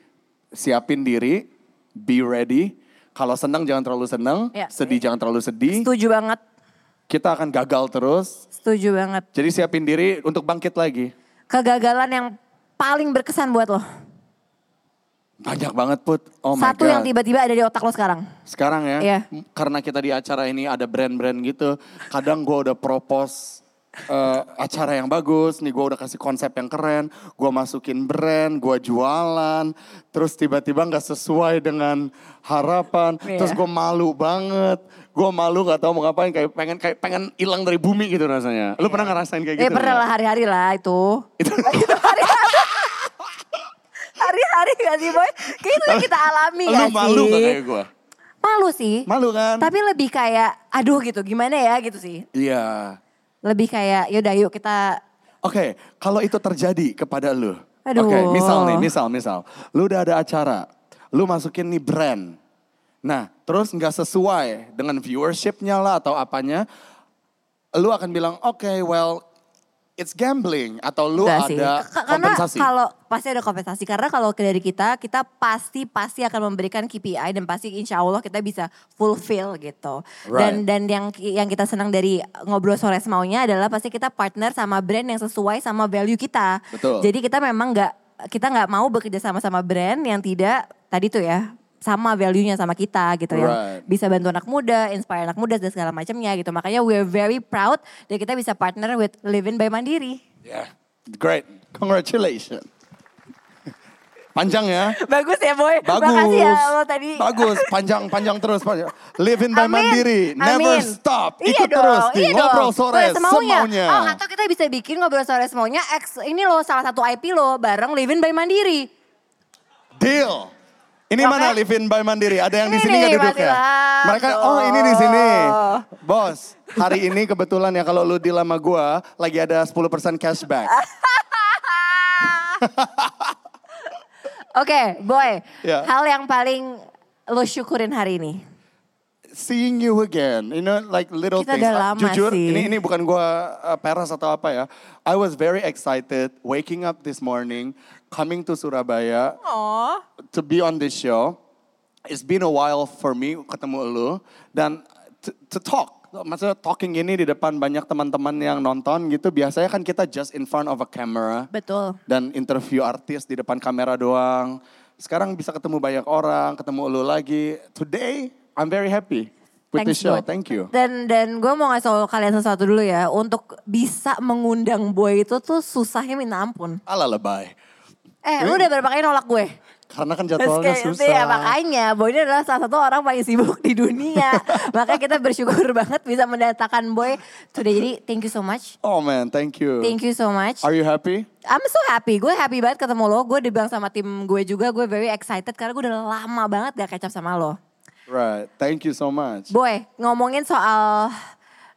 siapin diri be ready kalau senang jangan terlalu senang
Ya.
sedih jangan terlalu sedih
Setuju banget.
kita akan gagal terus
Setuju banget.
jadi siapin diri untuk bangkit lagi
Kegagalan yang paling berkesan buat lo?
banyak banget put oh my
Satu
god
yang tiba-tiba ada di otak lo sekarang.
Sekarang ya,
Iya.
m- karena kita di acara ini ada brand-brand gitu, kadang gue udah propose eh, acara yang bagus, nih gue udah kasih konsep yang keren, gue masukin brand, gue jualan, terus tiba-tiba nggak sesuai dengan harapan,
Iya.
terus gue malu banget, gue malu nggak tahu mau ngapain, kayak pengen kayak pengen hilang dari bumi gitu rasanya. Lu pernah ngerasain kayak gitu?
eh pernah lah
nggak?
hari-hari lah itu.
Itu
Itu hari-hari. hari-hari gak sih boy? Kayak *laughs* itu yang kita alami
lu
gak
malu
sih?
nggak kayak gue?
Malu sih.
Malu kan?
Tapi lebih kayak aduh gitu gimana ya gitu sih.
Iya.
Lebih kayak yaudah yuk kita
Oke, kalau itu terjadi kepada lu.
Aduh.
Oke, misal nih, misal, misal. Lu udah ada acara, lu masukin nih brand. Nah, terus nggak sesuai dengan viewershipnya lah atau apanya. Lu akan bilang, oke, well, it's gambling atau lu
Enggak sih.
ada
Ka- Karena
kompensasi.
kalau pasti ada kompensasi. Karena kalau dari kita, kita pasti pasti akan memberikan KPI dan pasti insya Allah kita bisa fulfill gitu. Dan dan yang yang kita senang dari ngobrol sore semaunya adalah pasti kita partner sama brand yang sesuai sama value kita.
Betul.
Jadi kita memang nggak kita nggak mau bekerja sama sama brand yang tidak tadi tuh ya sama value-nya sama kita gitu ya.
Right.
Bisa bantu anak muda, inspire anak muda dan segala macamnya gitu. Makanya we're very proud dan kita bisa partner with Living by Mandiri.
Yeah. Great. Congratulations. *laughs* Panjang ya.
Bagus ya boy.
Bagus.
Makasih ya lo tadi.
Bagus, panjang-panjang terus. Panjang. Live in by
Amin,
Mandiri, never
amin.
stop.
Iya
Ikut
dong,
terus di
iya
Ngobrol
dong.
Sore
Boleh semaunya.
semaunya.
Oh, atau kita bisa bikin ngobrol sore semaunya X ini loh salah satu IP lo bareng Livin by Mandiri.
Deal. Ini
Oke.
mana Live in by Mandiri? Ada yang di
Ini
sini nggak
nih, Oh.
duduknya?
Mas
Mereka,
Ilham.
oh ini di sini.
Tuh.
Bos, hari ini kebetulan ya kalau lu deal sama gua lagi ada 10% cashback.
Oke, boy.
Ya.
Hal yang paling lo syukurin hari ini.
seeing you again, you know, like little
Kita
things.
udah
Ah,
lama
Jujur,
sih.
ini ini bukan gua uh, peras atau apa ya. I was very excited waking up this morning, coming to Surabaya
Oh.
to be on this show. It's been a while for me ketemu lu dan to, to talk. Maksudnya talking ini di depan banyak teman-teman yang nonton gitu. Biasanya kan kita just in front of a camera
Betul.
dan interview artis di depan kamera doang. Sekarang bisa ketemu banyak orang, ketemu lu lagi. Today, I'm very happy with this
Thanks,
show.
Boy.
Thank you.
Dan dan gue mau ngasih tau kalian sesuatu dulu ya. Untuk bisa mengundang boy itu tuh susahnya minta ampun.
Ala lebay.
Eh, lu udah berapa kali nolak gue?
Karena kan
Terus
jadwalnya
kayak gitu
susah.
ya makanya Boy ini adalah salah satu orang paling sibuk di
*laughs*
dunia. makanya kita bersyukur banget bisa mendatangkan Boy today. Jadi thank you so much.
Oh man, thank you.
Thank you so much.
Are you happy?
I'm so happy. Gue happy banget ketemu lo. Gue dibilang sama tim gue juga. Gue very excited karena gue udah lama banget gak kecap sama lo.
Right. Thank you so much.
Boy, ngomongin soal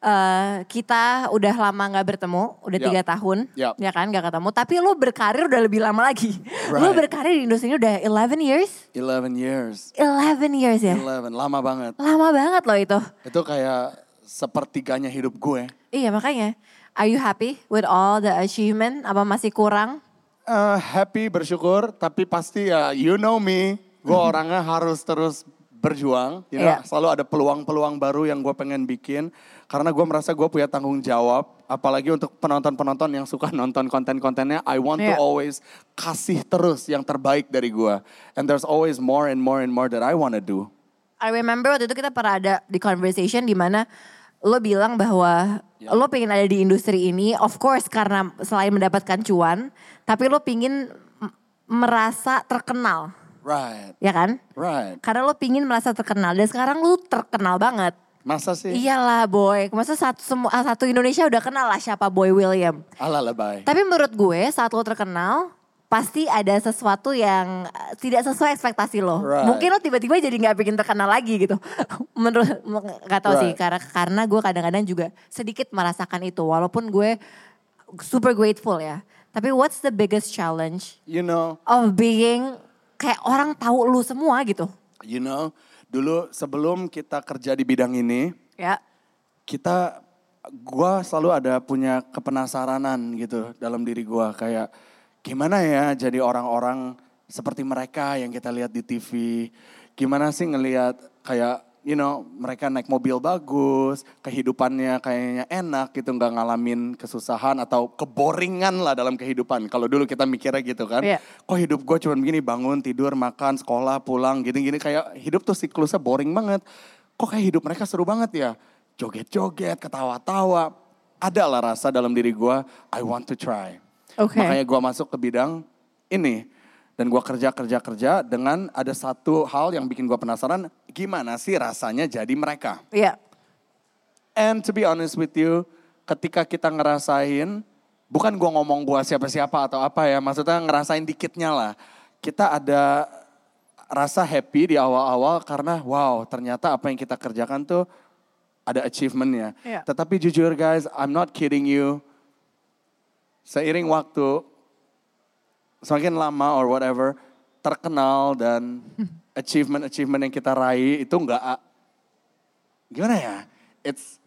eh, kita udah lama nggak bertemu, udah
Yap.
tiga tahun,
Yap.
ya kan nggak ketemu. Tapi lo berkarir udah lebih lama lagi. Lo
Right.
berkarir di industri ini udah 11 years,
11 years.
11 years ya.
11, lama banget.
Lama banget loh itu.
Itu kayak sepertiganya hidup gue.
Iya makanya. Are you happy with all the achievement? Apa masih kurang?
Eh, happy, bersyukur, tapi pasti ya you know me. Gue orangnya harus terus berjuang. You know,
Iya.
Selalu ada peluang-peluang baru yang gue pengen bikin. Karena gue merasa gue punya tanggung jawab. Apalagi untuk penonton-penonton yang suka nonton konten-kontennya. I want to
Iya.
always kasih terus yang terbaik dari gue. And there's always more and more and more that I wanna do.
I remember waktu itu kita pernah ada di conversation di mana lo bilang bahwa lo pengen ada di industri ini, of course karena selain mendapatkan cuan, tapi lo pengen m- merasa terkenal,
Right,
ya kan?
right.
Karena lo pingin merasa terkenal dan sekarang lo terkenal banget.
Masa sih?
Iyalah boy, maksudnya satu semua satu Indonesia udah kenal lah siapa Boy William.
Ala lebay.
Tapi menurut gue saat lo terkenal pasti ada sesuatu yang eh, tidak sesuai ekspektasi lo.
Right.
Mungkin lo tiba-tiba jadi nggak bikin terkenal lagi gitu. *laughs* menurut nggak tahu sih
Right.
karena karena gue kadang-kadang juga sedikit merasakan itu walaupun gue super grateful ya. Tapi what's the biggest challenge
You know,
of being kayak orang tahu lu semua gitu?
you know. Dulu sebelum kita kerja di bidang ini,
Ya.
kita gua selalu ada punya kepenasaranan gitu dalam diri gua kayak gimana ya jadi orang-orang seperti mereka yang kita lihat di TV gimana sih ngelihat kayak you know mereka naik mobil bagus kehidupannya kayaknya enak gitu nggak ngalamin kesusahan atau keboringan lah dalam kehidupan kalau dulu kita mikirnya gitu kan
Iya.
kok hidup gue cuman begini bangun tidur makan sekolah pulang gini-gini kayak hidup tuh siklusnya boring banget kok kayak hidup mereka seru banget ya joget-joget ketawa-tawa ada lah rasa dalam diri gue I want to try
Oke.
makanya gue masuk ke bidang ini dan gue kerja kerja kerja dengan ada satu hal yang bikin gue penasaran gimana sih rasanya jadi mereka
Iya.
And to be honest with you, ketika kita ngerasain, bukan gua ngomong gua siapa-siapa atau apa ya, maksudnya ngerasain dikitnya lah. Kita ada rasa happy di awal-awal karena wow ternyata apa yang kita kerjakan tuh ada achievementnya.
Iya.
Tetapi jujur guys, I'm not kidding you. Seiring waktu, semakin lama or whatever, terkenal
*laughs*
dan achievement-achievement yang kita raih itu nggak gimana ya? It's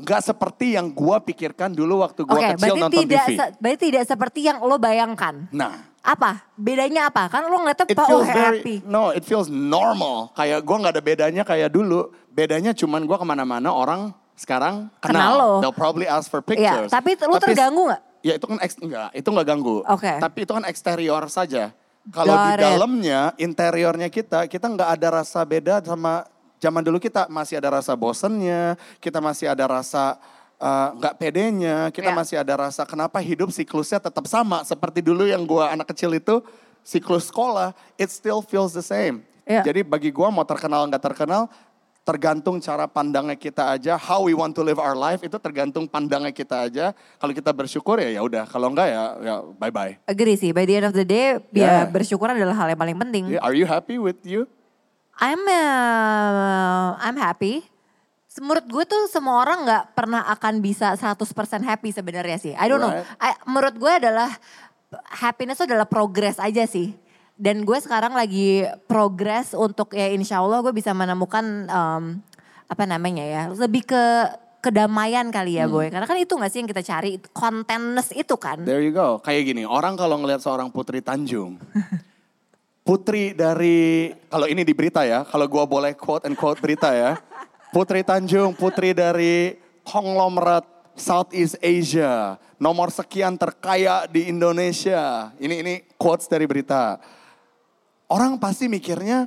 nggak seperti yang gua pikirkan dulu waktu gua
Oke,
kecil
berarti
nonton
tidak
TV.
se- berarti tidak seperti yang lo bayangkan.
nah,
Apa? Bedanya apa? Kan lo ngeliatnya
It
Pak oh
feels very,
happy.
no, it feels normal. Kayak gue nggak ada bedanya kayak dulu. Bedanya cuman gue kemana-mana orang sekarang
Kenal lo.
kenal. They'll probably ask for
Iya,
pictures.
tapi lo terganggu nggak?
Ya itu kan eks, enggak, itu nggak ganggu.
Oke.
Tapi itu kan eksterior saja. Kalau di
Got it.
dalamnya, interiornya kita, kita nggak ada rasa beda sama zaman dulu kita masih ada rasa bosennya, kita masih ada rasa eh, nggak pedenya, kita
Iya.
masih ada rasa kenapa hidup siklusnya tetap sama seperti dulu yang gua anak kecil itu siklus sekolah, it still feels the same.
Iya.
Jadi bagi gua mau terkenal nggak terkenal tergantung cara pandangnya kita aja, how we want to live our life itu tergantung pandangnya kita aja. Kalau kita bersyukur ya ya udah, kalau enggak ya ya bye bye.
Agree sih, by the end of the day,
Yeah.
ya bersyukur adalah hal yang paling penting.
Are you happy with you?
I'm uh, I'm happy. Menurut gue tuh semua orang nggak pernah akan bisa 100% happy sebenarnya sih. I don't know.
Right.
I- menurut gue adalah happiness itu adalah progress aja sih. Dan gue sekarang lagi progress untuk ya insya Allah gue bisa menemukan um, apa namanya ya lebih ke kedamaian kali ya
Hmm.
boy. Karena kan itu gak sih yang kita cari kontenness itu kan.
There you go. Kayak gini, orang kalau ngelihat seorang Putri Tanjung, *laughs* Putri dari kalau ini di berita ya, kalau gua boleh quote and quote berita ya. Putri Tanjung, putri dari konglomerat Southeast Asia, nomor sekian terkaya di Indonesia. Ini ini quotes dari berita. Orang pasti mikirnya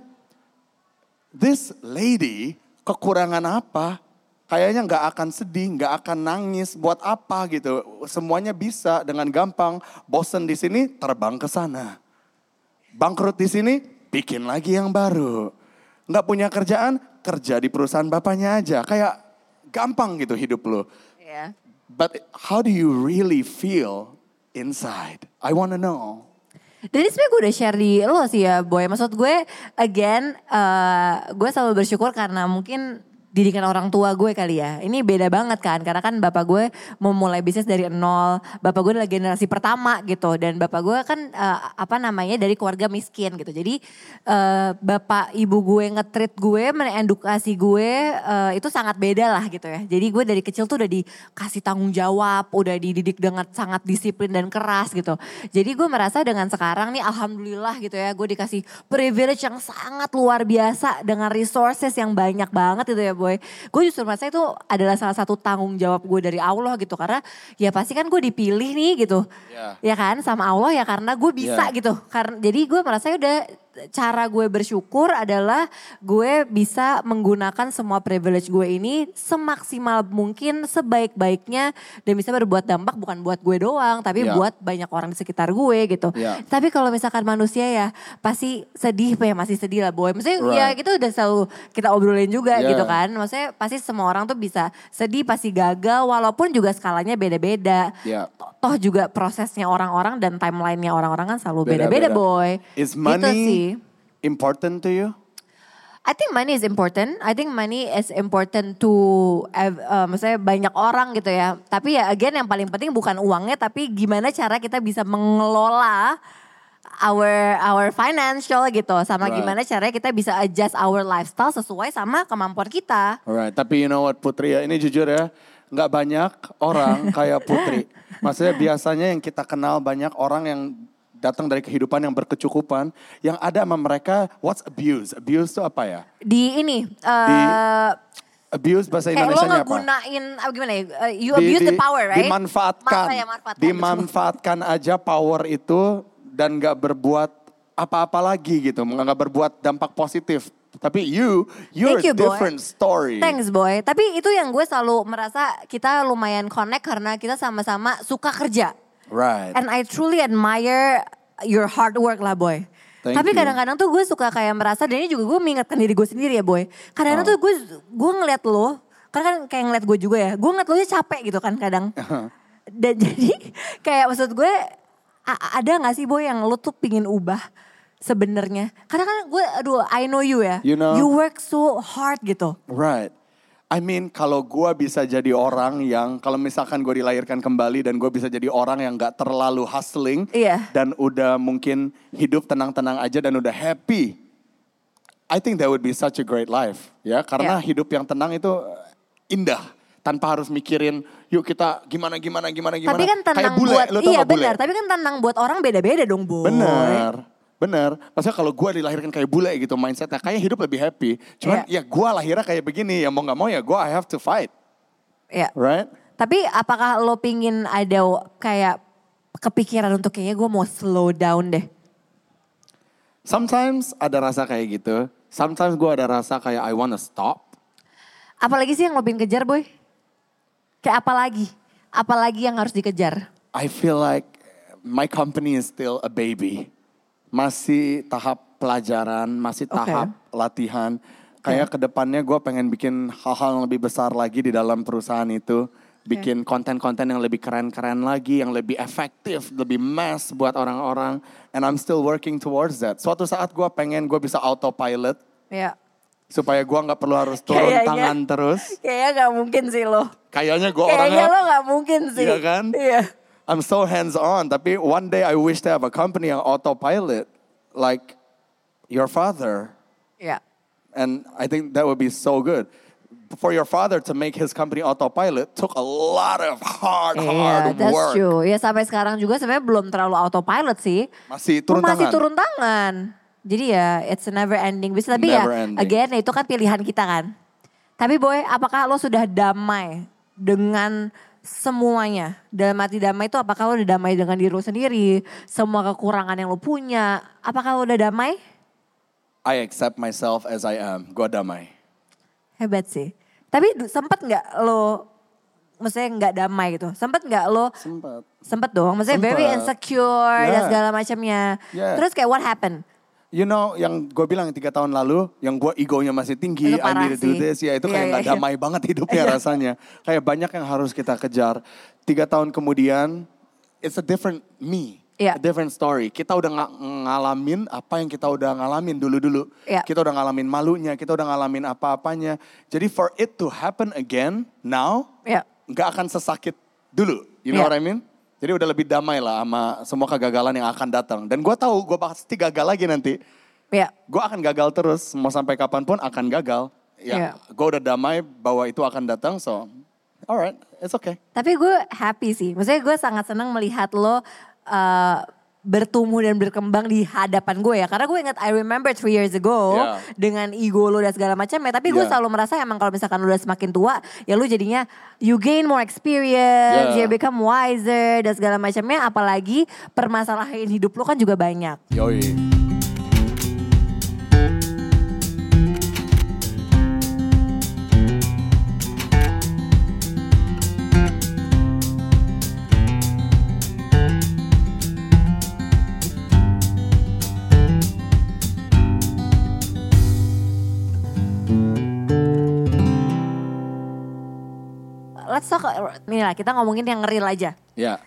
this lady kekurangan apa? Kayaknya nggak akan sedih, nggak akan nangis, buat apa gitu. Semuanya bisa dengan gampang. Bosen di sini, terbang ke sana. Bangkrut di sini, bikin lagi yang baru. Nggak punya kerjaan, kerja di perusahaan bapaknya aja. Kayak gampang gitu hidup lo.
Ya.
But how do you really feel inside? I wanna know.
Dan ini sebenernya gue udah share di lo sih ya Boy. Maksud gue again eh, gue selalu bersyukur karena mungkin didikan orang tua gue kali ya. Ini beda banget kan karena kan bapak gue memulai bisnis dari nol. Bapak gue adalah generasi pertama gitu dan bapak gue kan eh, apa namanya dari keluarga miskin gitu. Jadi eh, bapak ibu gue ngetrit gue, mengedukasi gue eh, itu sangat beda lah gitu ya. Jadi gue dari kecil tuh udah dikasih tanggung jawab, udah dididik dengan sangat disiplin dan keras gitu. Jadi gue merasa dengan sekarang nih alhamdulillah gitu ya, gue dikasih privilege yang sangat luar biasa dengan resources yang banyak banget gitu ya boy. Gue justru merasa itu adalah salah satu tanggung jawab gue dari Allah gitu karena ya pasti kan gue dipilih nih gitu.
Iya.
Ya kan sama Allah ya karena gue
Iya.
bisa gitu. Karena jadi gue merasa ya udah cara gue bersyukur adalah gue bisa menggunakan semua privilege gue ini semaksimal mungkin, sebaik-baiknya dan bisa berbuat dampak bukan buat gue doang, tapi
Iya.
buat banyak orang di sekitar gue gitu.
Iya.
Tapi kalau misalkan manusia ya pasti sedih ya masih sedih lah boy. Maksudnya ya
Right.
itu udah selalu kita obrolin juga
Iya.
gitu kan. Maksudnya pasti semua orang tuh bisa sedih, pasti gagal walaupun juga skalanya beda-beda.
Iya.
To- Toh juga prosesnya orang-orang dan timelinenya orang-orang kan selalu
Beda-beda.
beda-beda boy.
Is
Gitu sih.
money important to you?
I think money is important. I think money is important to ev- uh, maksudnya banyak orang gitu ya. Tapi ya again yang paling penting bukan uangnya tapi gimana cara kita bisa mengelola our our financial gitu sama
Right.
gimana caranya kita bisa adjust our lifestyle sesuai sama kemampuan kita.
Alright, tapi you know what Putri ya, ini jujur ya, nggak banyak orang
*laughs*
kayak Putri. Maksudnya biasanya yang kita kenal banyak orang yang datang dari kehidupan yang berkecukupan, yang ada sama mereka, what's abuse? Abuse itu apa ya?
Di ini
Di-
eh
Abuse bahasa
kayak Eh, lo
Indonesia apa?
ngegunain apa gimana ya? uh, you
Di-
abuse the
di-
power right?
Dimanfaatkan.
Masa ya, manfaatkan, betul.
dimanfaatkan aja power itu dan nggak berbuat apa-apa lagi gitu, nggak berbuat dampak positif. Tapi you, you're a
Thank you, boy.
different story.
Thanks boy. Tapi itu yang gue selalu merasa kita lumayan connect karena kita sama-sama suka kerja.
Right.
And I truly admire your hard work lah boy.
Thank you.
Tapi kadang-kadang tuh gue suka kayak merasa dan ini juga gue mengingatkan diri gue sendiri ya
Oh.
boy. Kadang-kadang tuh gue gue ngeliat lo, karena kan kayak ngeliat gue juga ya. Gue ngeliat lo aja capek gitu kan kadang.
Uh-huh.
*laughs* Dan jadi kayak maksud gue a- ada gak sih boy yang lo tuh pingin ubah sebenarnya? Karena kan gue aduh I know you ya.
You know.
you work so hard gitu.
Right. I mean kalau gue bisa jadi orang yang kalau misalkan gue dilahirkan kembali dan gue bisa jadi orang yang nggak terlalu hustling
Iya.
dan udah mungkin hidup tenang-tenang aja dan udah happy, I think that would be such a great life ya karena
Iya.
hidup yang tenang itu eh, indah. tanpa harus mikirin yuk kita gimana gimana gimana gimana.
Tapi kan tenang
Kayak bule,
buat
lu tau
iya
gak bule?
benar. Tapi kan tenang buat orang beda-beda dong bu.
Bener, bener. Maksudnya kalau gue dilahirkan kayak bule gitu mindsetnya, kayak hidup lebih happy. Cuman
Iya.
ya gue lahirnya kayak begini, ya mau nggak mau ya gue I have to fight,
Iya.
right?
Tapi apakah lo pingin ada w- kayak kepikiran untuk kayaknya gue mau slow down deh.
Sometimes ada rasa kayak gitu. Sometimes gue ada rasa kayak I wanna stop.
Apalagi sih yang lo pingin kejar boy? Kayak apalagi? Apalagi yang harus dikejar?
I feel like my company is still a baby. Masih tahap pelajaran, masih
Oke.
tahap latihan. Kayak kedepannya gue pengen bikin hal-hal yang lebih besar lagi di dalam perusahaan itu. Bikin konten-konten yang lebih keren-keren lagi, yang lebih efektif, lebih mass buat orang-orang. And I'm still working towards that. Suatu saat gue pengen gue bisa autopilot.
Iya.
Supaya gue nggak perlu harus turun
*laughs* Kayaknya.
tangan terus.
Kayaknya gak mungkin sih lo.
Kayaknya gue
Kayaknya
orangnya
lo gak mungkin sih.
Iya kan?
Iya.
I'm so hands on. Tapi one day I wish to have a company yang autopilot, like your father,
Iya.
and I think that would be so good. For your father to make his company autopilot took a lot of hard, hard
Iya, that's
work.
true. Ya sampai sekarang juga sebenarnya belum terlalu autopilot sih.
Masih turun
Oh, Masih
tangan.
turun tangan. Jadi ya it's a never ending. Bisa tapi
Never
ya
ending.
again itu kan pilihan kita kan. Tapi boy, apakah lo sudah damai dengan semuanya? Dalam arti damai itu apakah lo udah damai dengan diri lo sendiri? Semua kekurangan yang lo punya, apakah lo udah damai?
I accept myself as I am. Gua damai.
Hebat sih. Tapi du- sempet nggak lo, maksudnya nggak damai gitu? Sempet nggak lo
Sempat.
Sempet dong, maksudnya very
Sempet.
insecure dan
Yeah.
segala macamnya.
Yeah.
Terus kayak what happened?
You know yang gue bilang tiga tahun lalu yang gue egonya masih tinggi, I
Itu parah
need to do
sih.
this ya itu
Iya,
kayak
iya,
nggak
iya.
damai banget hidupnya
Iya.
rasanya. Kayak banyak yang harus kita kejar. Tiga tahun kemudian, it's a different me, a
Iya.
different story. Kita udah nga- ngalamin apa yang kita udah ngalamin dulu-dulu.
Iya.
Kita udah ngalamin malunya, kita udah ngalamin apa-apanya. Jadi for it to happen again now,
Iya.
nggak akan sesakit dulu. You know what I
Iya.
mean? Jadi udah lebih damai lah sama semua kegagalan yang akan datang. Dan gue tahu gue pasti gagal lagi nanti
Ya,
gue akan gagal terus mau sampai kapanpun akan gagal ya
Iya.
gue udah damai bahwa itu akan datang so alright it's okay
tapi gue happy sih. Maksudnya gue sangat senang melihat lo uh, bertumbuh dan berkembang di hadapan gue ya. Karena gue ingat I remember three years ago
Yeah.
dengan ego lo dan segala macam ya. Tapi gue
Yeah.
selalu merasa emang kalau misalkan lo udah semakin tua, ya lo jadinya you gain more experience,
Yeah.
you become wiser dan segala macamnya. Apalagi permasalahan hidup lo kan juga banyak.
yoi
Let's talk, nih lah kita ngomongin yang real aja.
ya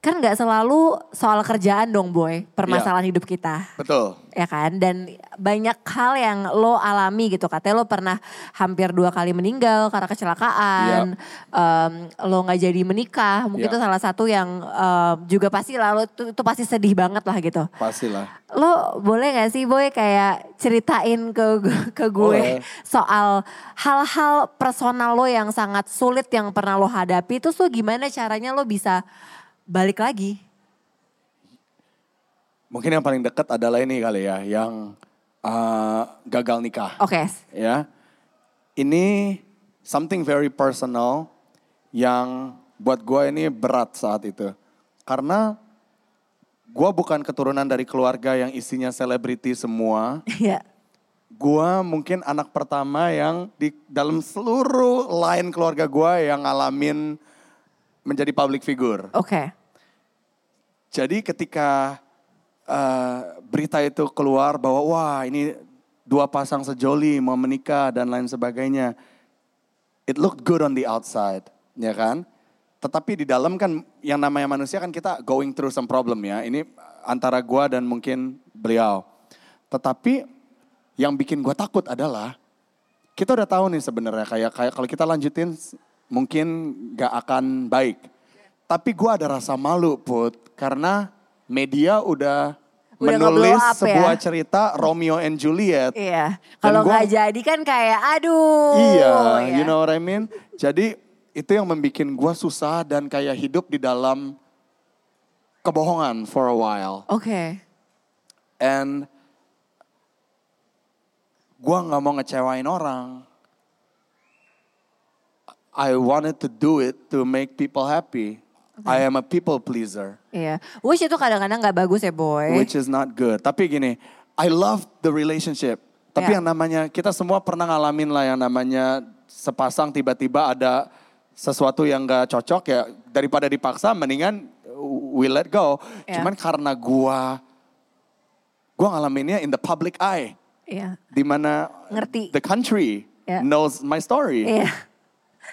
kan nggak selalu soal kerjaan dong boy permasalahan hidup kita
betul
ya kan dan banyak hal yang lo alami gitu katanya lo pernah hampir dua kali meninggal karena kecelakaan Em, lo nggak jadi menikah mungkin
Iya.
itu salah satu yang em, juga pasti lalu itu, itu pasti sedih banget lah gitu
pastilah
lo boleh nggak sih boy kayak ceritain ke ke gue
Boleh.
soal hal-hal personal lo yang sangat sulit yang pernah lo hadapi terus lo gimana caranya lo bisa balik lagi
mungkin yang paling dekat adalah ini kali ya yang eh, gagal nikah
oke *laughs*
ya. Ini something very personal yang buat gue ini berat saat itu. Karena gue bukan keturunan dari keluarga yang isinya selebriti semua.
ya
Gua mungkin anak pertama yang di dalam seluruh line keluarga gue yang ngalamin menjadi public figure.
oke
Jadi ketika eh, berita itu keluar bahwa wah ini dua pasang sejoli mau menikah dan lain sebagainya, it looked good on the outside, ya kan? Tetapi di dalam kan yang namanya manusia kan kita going through some problem ya. Ini antara gua dan mungkin beliau. Tetapi yang bikin gua takut adalah kita udah tahu nih sebenarnya kayak kayak kalau kita lanjutin s- mungkin gak akan baik. Tapi gua ada rasa malu put karena media udah
Udah
menulis
nge-blow up ya.
sebuah cerita Romeo and Juliet.
Iya. Kalau
gua-
nggak jadi kan kayak aduh.
Iya,
ya.
you know what I mean? Jadi itu yang membuat gue susah dan kayak hidup di dalam kebohongan for a while.
Oke.
And gue nggak mau ngecewain orang. I wanted to do it to make people happy. I am a people pleaser,
Iya. Which itu kadang-kadang nggak bagus ya boy.
which is not good. Tapi gini, I love the relationship. Tapi
Ya.
yang namanya kita semua pernah ngalamin lah yang namanya sepasang tiba-tiba ada sesuatu yang gak cocok ya daripada dipaksa mendingan we let go.
Ya.
Cuman karena gua gua ngalaminnya in the public eye.
Iya.
di mana
Ngerti.
the country
Ya.
knows my story.
Iya.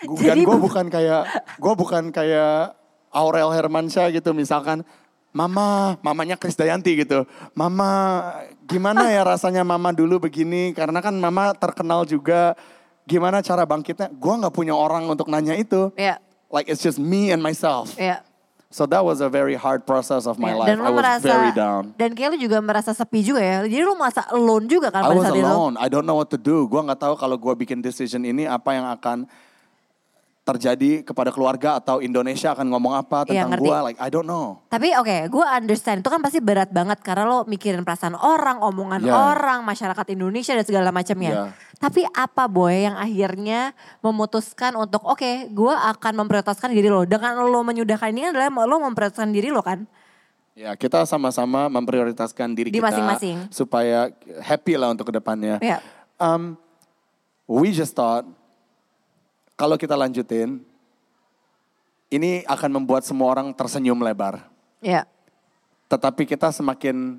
Gu- Dan
Jadi
gue
bu-
bukan kayak gue bukan kayak Aurel Hermansyah gitu misalkan Mama, mamanya Krisdayanti gitu. Mama, gimana ya rasanya mama dulu begini? Karena kan mama terkenal juga. Gimana cara bangkitnya? Gue nggak punya orang untuk nanya itu.
Iya.
Like it's just me and myself.
Iya.
So that was a very hard process of my
Iya.
life.
Dan
I
lo
was
merasa
very down.
dan kayak lo juga merasa sepi juga ya. Jadi lo merasa alone juga
I
kan pada
was
saat itu.
alone. I don't know what to do. Gua nggak tahu kalau gua bikin decision ini apa yang akan terjadi kepada keluarga atau Indonesia akan ngomong apa
Iya,
tentang
ngerti.
gua. Like I don't know.
Tapi oke, gue understand itu kan pasti berat banget karena lo mikirin perasaan orang, omongan
Ya.
orang, masyarakat Indonesia dan segala macamnya.
Ya.
Tapi apa boy yang akhirnya memutuskan untuk oke, gue akan memprioritaskan diri lo. Dengan lo menyudahkan ini adalah lo memprioritaskan diri lo kan.
Ya kita sama-sama memprioritaskan diri
Di
kita
masing-masing.
supaya happy lah untuk kedepannya.
Iya.
Um, we just thought kalau kita lanjutin ini akan membuat semua orang tersenyum lebar.
Iya.
Tetapi kita semakin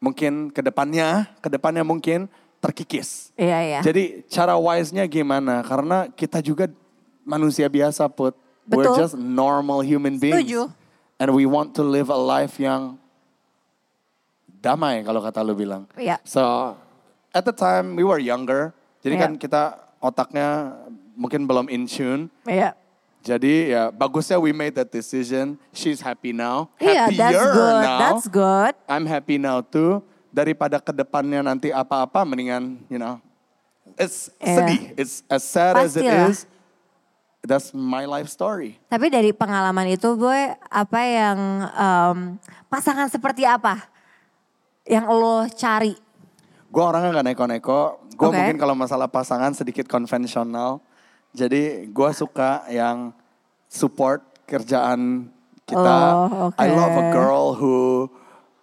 mungkin kedepannya, kedepannya mungkin terkikis.
Iya, iya.
Jadi cara wise-nya gimana? Karena kita juga manusia biasa put. We're
Betul.
just normal human beings.
Setuju.
And we want to live a life yang damai kalau kata lu bilang.
Iya.
So at the time we were younger. Jadi
Iya.
kan kita otaknya mungkin belum in tune.
Iya.
Jadi ya bagusnya we made that decision. She's happy now.
Iya,
Happier
that's good.
now.
That's good.
I'm happy now too. Daripada kedepannya nanti apa-apa, mendingan you know, it's
Iya.
sedih. It's as sad as it
Pastilah.
is. That's my life story.
Tapi dari pengalaman itu boy, apa yang em, pasangan seperti apa yang lo cari?
Gue orangnya gak neko-neko. Gue
Oke.
mungkin kalau masalah pasangan sedikit konvensional. Jadi gue suka yang support kerjaan kita.
Oh, oke.
I love a girl who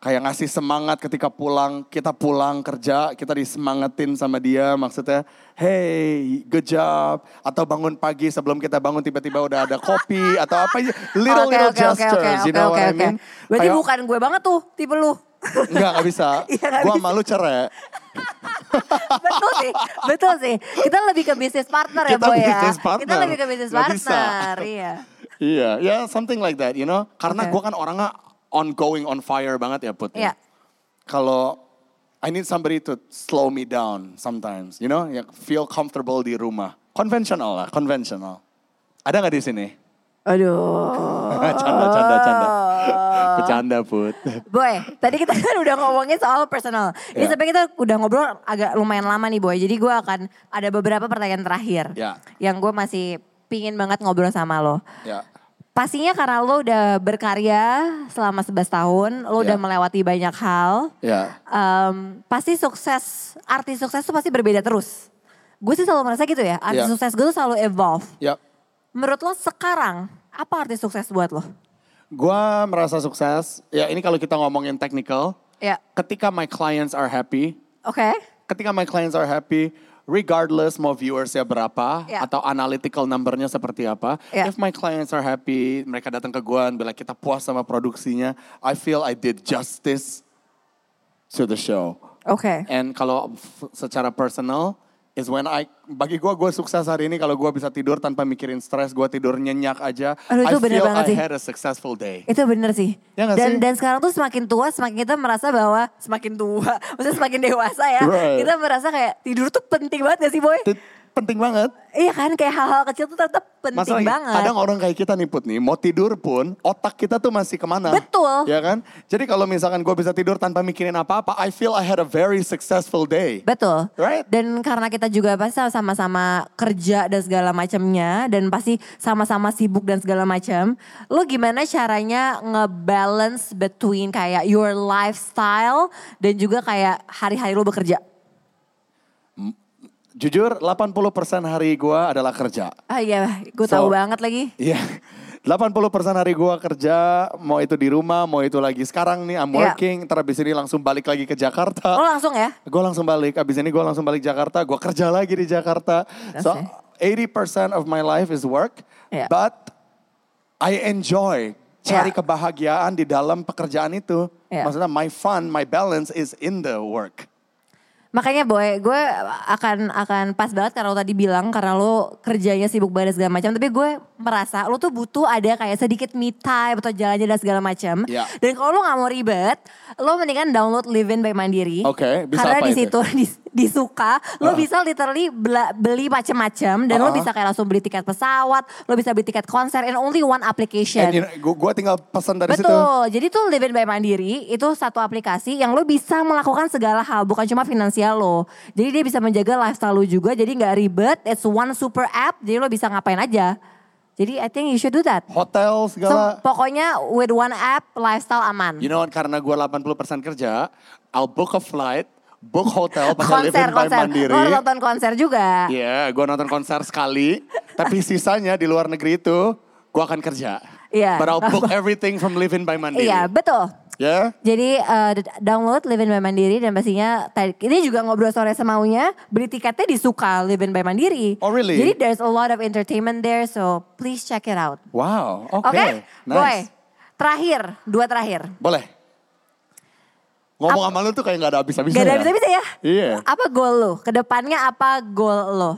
kayak ngasih semangat ketika pulang. Kita pulang kerja, kita disemangatin sama dia. Maksudnya, hey, good job. Atau bangun pagi sebelum kita bangun tiba-tiba udah ada kopi. Atau apa,
*laughs*
little-little
Oke, oke, oke,
gestures. you
oke, oke,
know
oke,
what I
oke.
mean?
Berarti
Kayak-
bukan gue banget tuh tipe
*laughs*
lu.
Enggak, gak bisa.
*laughs* Iya, nggak
gue
bisa.
malu cerai.
betul sih, betul sih. Kita lebih ke bisnis partner ya
Kita
boy ya.
bisnis partner.
Kita lebih ke bisnis
Nggak bisa.
partner, iya.
Iya, ya something like that, you know. Karena
Oke.
gua kan orangnya ongoing, on fire banget ya Put.
Iya.
Kalau I need somebody to slow me down sometimes, you know, ya feel comfortable di rumah. Conventional lah, conventional. Ada nggak di sini?
Aduh.
*laughs* canda, canda, canda. Bercanda Put.
Boy, tadi kita kan udah ngomongin soal personal.
Ya.
Ini sampai kita udah ngobrol agak lumayan lama nih Boy. Jadi gue akan ada beberapa pertanyaan terakhir.
Ya.
Yang gue masih pingin banget ngobrol sama lo.
Ya.
Pastinya karena lo udah berkarya selama 11 tahun. Lo
Ya.
udah melewati banyak hal.
Ya.
Em, pasti sukses, artis sukses tuh pasti berbeda terus. Gue sih selalu merasa gitu ya.
Ya.
Artis sukses gue tuh selalu evolve.
Ya.
Menurut lo sekarang, apa artis sukses buat lo?
Gua merasa sukses. Ya, ini kalau kita ngomongin technical,
Ya,
ketika my clients are happy,
oke.
ketika my clients are happy, regardless mau viewersnya berapa
Yeah.
atau analytical numbernya seperti apa,
Yeah.
if my clients are happy, mereka datang ke gua bila kita puas sama produksinya, I feel I did justice to the show.
Oke.
And kalau f- secara personal is when I bagi gua gua sukses hari ini kalau gua bisa tidur tanpa mikirin stres, gua tidur nyenyak aja. I
Aduh, itu bener
feel
banget
I
sih.
had a successful day.
Itu bener sih.
Ya nggak sih?
dan dan sekarang tuh semakin tua semakin kita merasa bahwa semakin tua, *laughs* maksudnya semakin dewasa ya.
Right.
Kita merasa kayak tidur tuh penting banget gak sih boy?
Itu penting banget.
Iya kan kayak hal-hal kecil tuh tetap penting
Masalahnya
banget.
ya, kadang orang kayak kita nih Put nih, mau tidur pun otak kita tuh masih kemana.
Betul.
Ya kan? Jadi kalau misalkan gue bisa tidur tanpa mikirin apa-apa, I feel I had a very successful day.
Betul.
Right?
Dan karena kita juga pasti sama-sama kerja dan segala macamnya dan pasti sama-sama sibuk dan segala macam. Lu gimana caranya ngebalance between kayak your lifestyle dan juga kayak hari-hari lu bekerja?
Jujur 80% hari gue adalah kerja.
Ah iya, gue
So-
tahu banget lagi.
Iya. 80% hari gua kerja, mau itu di rumah, mau itu lagi sekarang nih I'm
Iya.
working, ntar abis ini langsung balik lagi ke Jakarta.
Lo langsung ya?
Gue langsung balik, abis ini gue langsung balik Jakarta, gue kerja lagi di Jakarta. so, 80% of my life is work,
Iya.
but I enjoy cari
Iya.
kebahagiaan di dalam pekerjaan itu.
Iya.
Maksudnya my fun, my balance is in the work.
Makanya boy, gue akan akan pas banget karena lo tadi bilang karena lo kerjanya sibuk banget dan segala macam. Tapi gue merasa lo tuh butuh ada kayak sedikit me time atau jalan-jalan dan segala macam.
Iya.
Dan kalau lo nggak mau ribet, lo mendingan download Livin by Mandiri.
Oke, bisa
karena
apa
di
itu?
situ dis- disuka, lo bisa literally bela- beli macam-macam dan lo
Uh-uh.
bisa kayak langsung beli tiket pesawat, lo bisa beli tiket konser in only one application.
And you know, gua- gua tinggal pesan dari situ.
Betul. Jadi tuh Livin by Mandiri itu satu aplikasi yang lo bisa melakukan segala hal, bukan cuma finansial lo. Jadi dia bisa menjaga lifestyle lo juga, jadi nggak ribet. It's one super app, jadi lo bisa ngapain aja. Jadi I think you should do that.
Hotel
So,
segala.
pokoknya with one app lifestyle aman.
You know what, karena gue 80% kerja, I'll book a flight, book hotel pakai
konser,
Livin by
konser. Lo
Mandiri.
harus nonton konser juga.
Iya, gue nonton konser sekali, tapi sisanya di luar negeri itu gue akan kerja.
Iya.
But I'll book everything from Livin by Mandiri.
Iya, betul.
Ya.
Jadi eh, d- download Livin by Mandiri dan pastinya tadi- ini juga ngobrol sore semaunya beli tiketnya di Suka Livin by Mandiri.
Oh, really?
Jadi there's a lot of entertainment there so please check it out.
Wow, oke.
Oke? Boy,
Nice.
terakhir, dua terakhir.
Boleh. Ngomong sama lu tuh kayak gak ada habis-habisnya.
Gak ada
ya?
bisa-bisa ya?
Iya.
Apa goal lo? Kedepannya apa goal lo?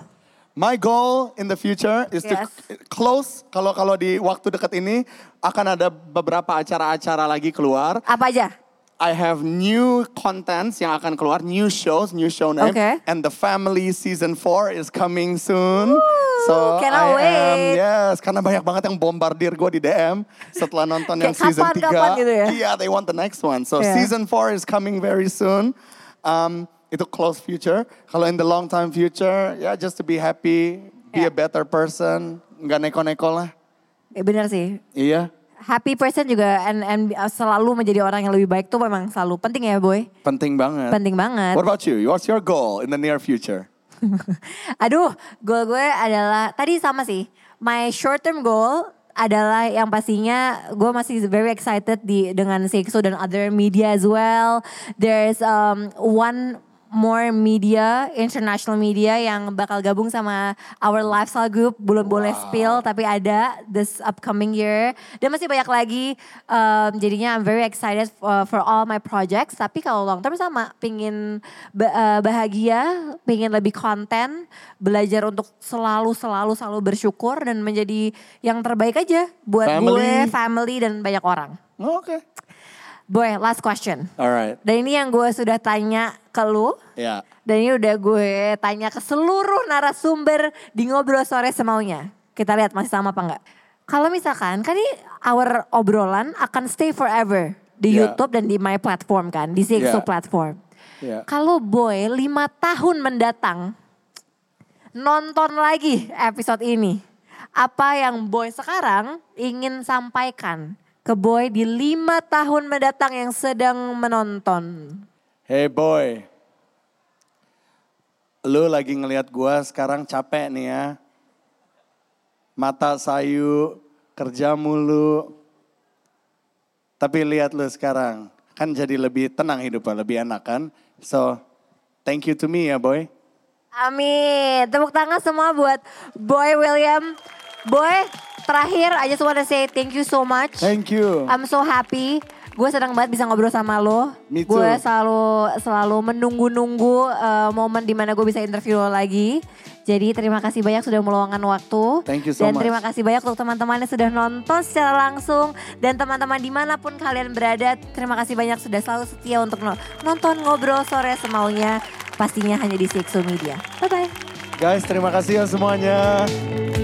My goal in the future is
Yes.
to close kalau kalau di waktu dekat ini akan ada beberapa acara-acara lagi keluar.
Apa aja?
I have new contents yang akan keluar, new shows, new show name.
Okay.
And the family season 4 is coming soon. so I
cannot wait.
am, yes, karena banyak banget yang bombardir gue di DM setelah nonton yang
Kayak
season
kapan,
3.
kapan gitu ya?
Yeah, they want the next one. So
Yeah.
season 4 is coming very soon. Um, itu close future. Kalau in the long time future, ya yeah, just to be happy, be a
Yeah.
better person, nggak neko-neko lah.
Eh, bener sih.
Iya,
Happy person juga and, and uh, selalu menjadi orang yang lebih baik tuh memang selalu penting ya boy.
penting banget.
Penting banget.
What about you? What's your goal in the near future?
Aduh, goal gue adalah tadi sama sih. My short term goal adalah yang pastinya gue masih very excited di dengan Sexo dan other media as well. There's um, one more media, international media yang bakal gabung sama our lifestyle group. Belum boleh spill tapi ada this upcoming year. Dan masih banyak lagi. Um, jadinya I'm very excited uh, for, for all my projects. Tapi kalau long term sama, pingin ba- eh, bahagia, pingin lebih konten, belajar untuk selalu selalu selalu bersyukur dan menjadi yang terbaik aja buat
Family.
gue, family dan banyak orang.
Oh, okay.
Boy, last question.
All right.
Dan ini yang gue sudah tanya ke lu.
Ya.
Dan ini udah gue tanya ke seluruh narasumber di ngobrol sore semaunya. Kita lihat masih sama apa enggak. Kalau misalkan kan ini our obrolan akan stay forever di
Yeah.
YouTube dan di my platform kan, di
Yeah.
CXO platform.
Yeah.
Kalau boy lima tahun mendatang nonton lagi episode ini. Apa yang boy sekarang ingin sampaikan ke boy di lima tahun mendatang yang sedang menonton?
Hey boy. Lu lagi ngelihat gua sekarang capek nih ya. Mata sayu, kerja mulu. Tapi lihat lu sekarang, kan jadi lebih tenang hidupnya, lebih enak kan? So, thank you to me ya boy.
Amin. Tepuk tangan semua buat Boy William. Boy, terakhir I just wanna say thank you so much.
Thank you.
I'm so happy. Gue senang banget bisa ngobrol sama lo.
Me too.
Gue selalu selalu menunggu-nunggu uh, momen dimana gue bisa interview lo lagi. Jadi terima kasih banyak sudah meluangkan waktu.
Thank you so
Dan
much.
terima kasih banyak untuk teman-teman yang sudah nonton secara langsung. Dan teman-teman dimanapun kalian berada. Terima kasih banyak sudah selalu setia untuk no- nonton ngobrol sore semaunya. Pastinya hanya di CXO Media. Bye-bye.
Guys, terima kasih ya semuanya.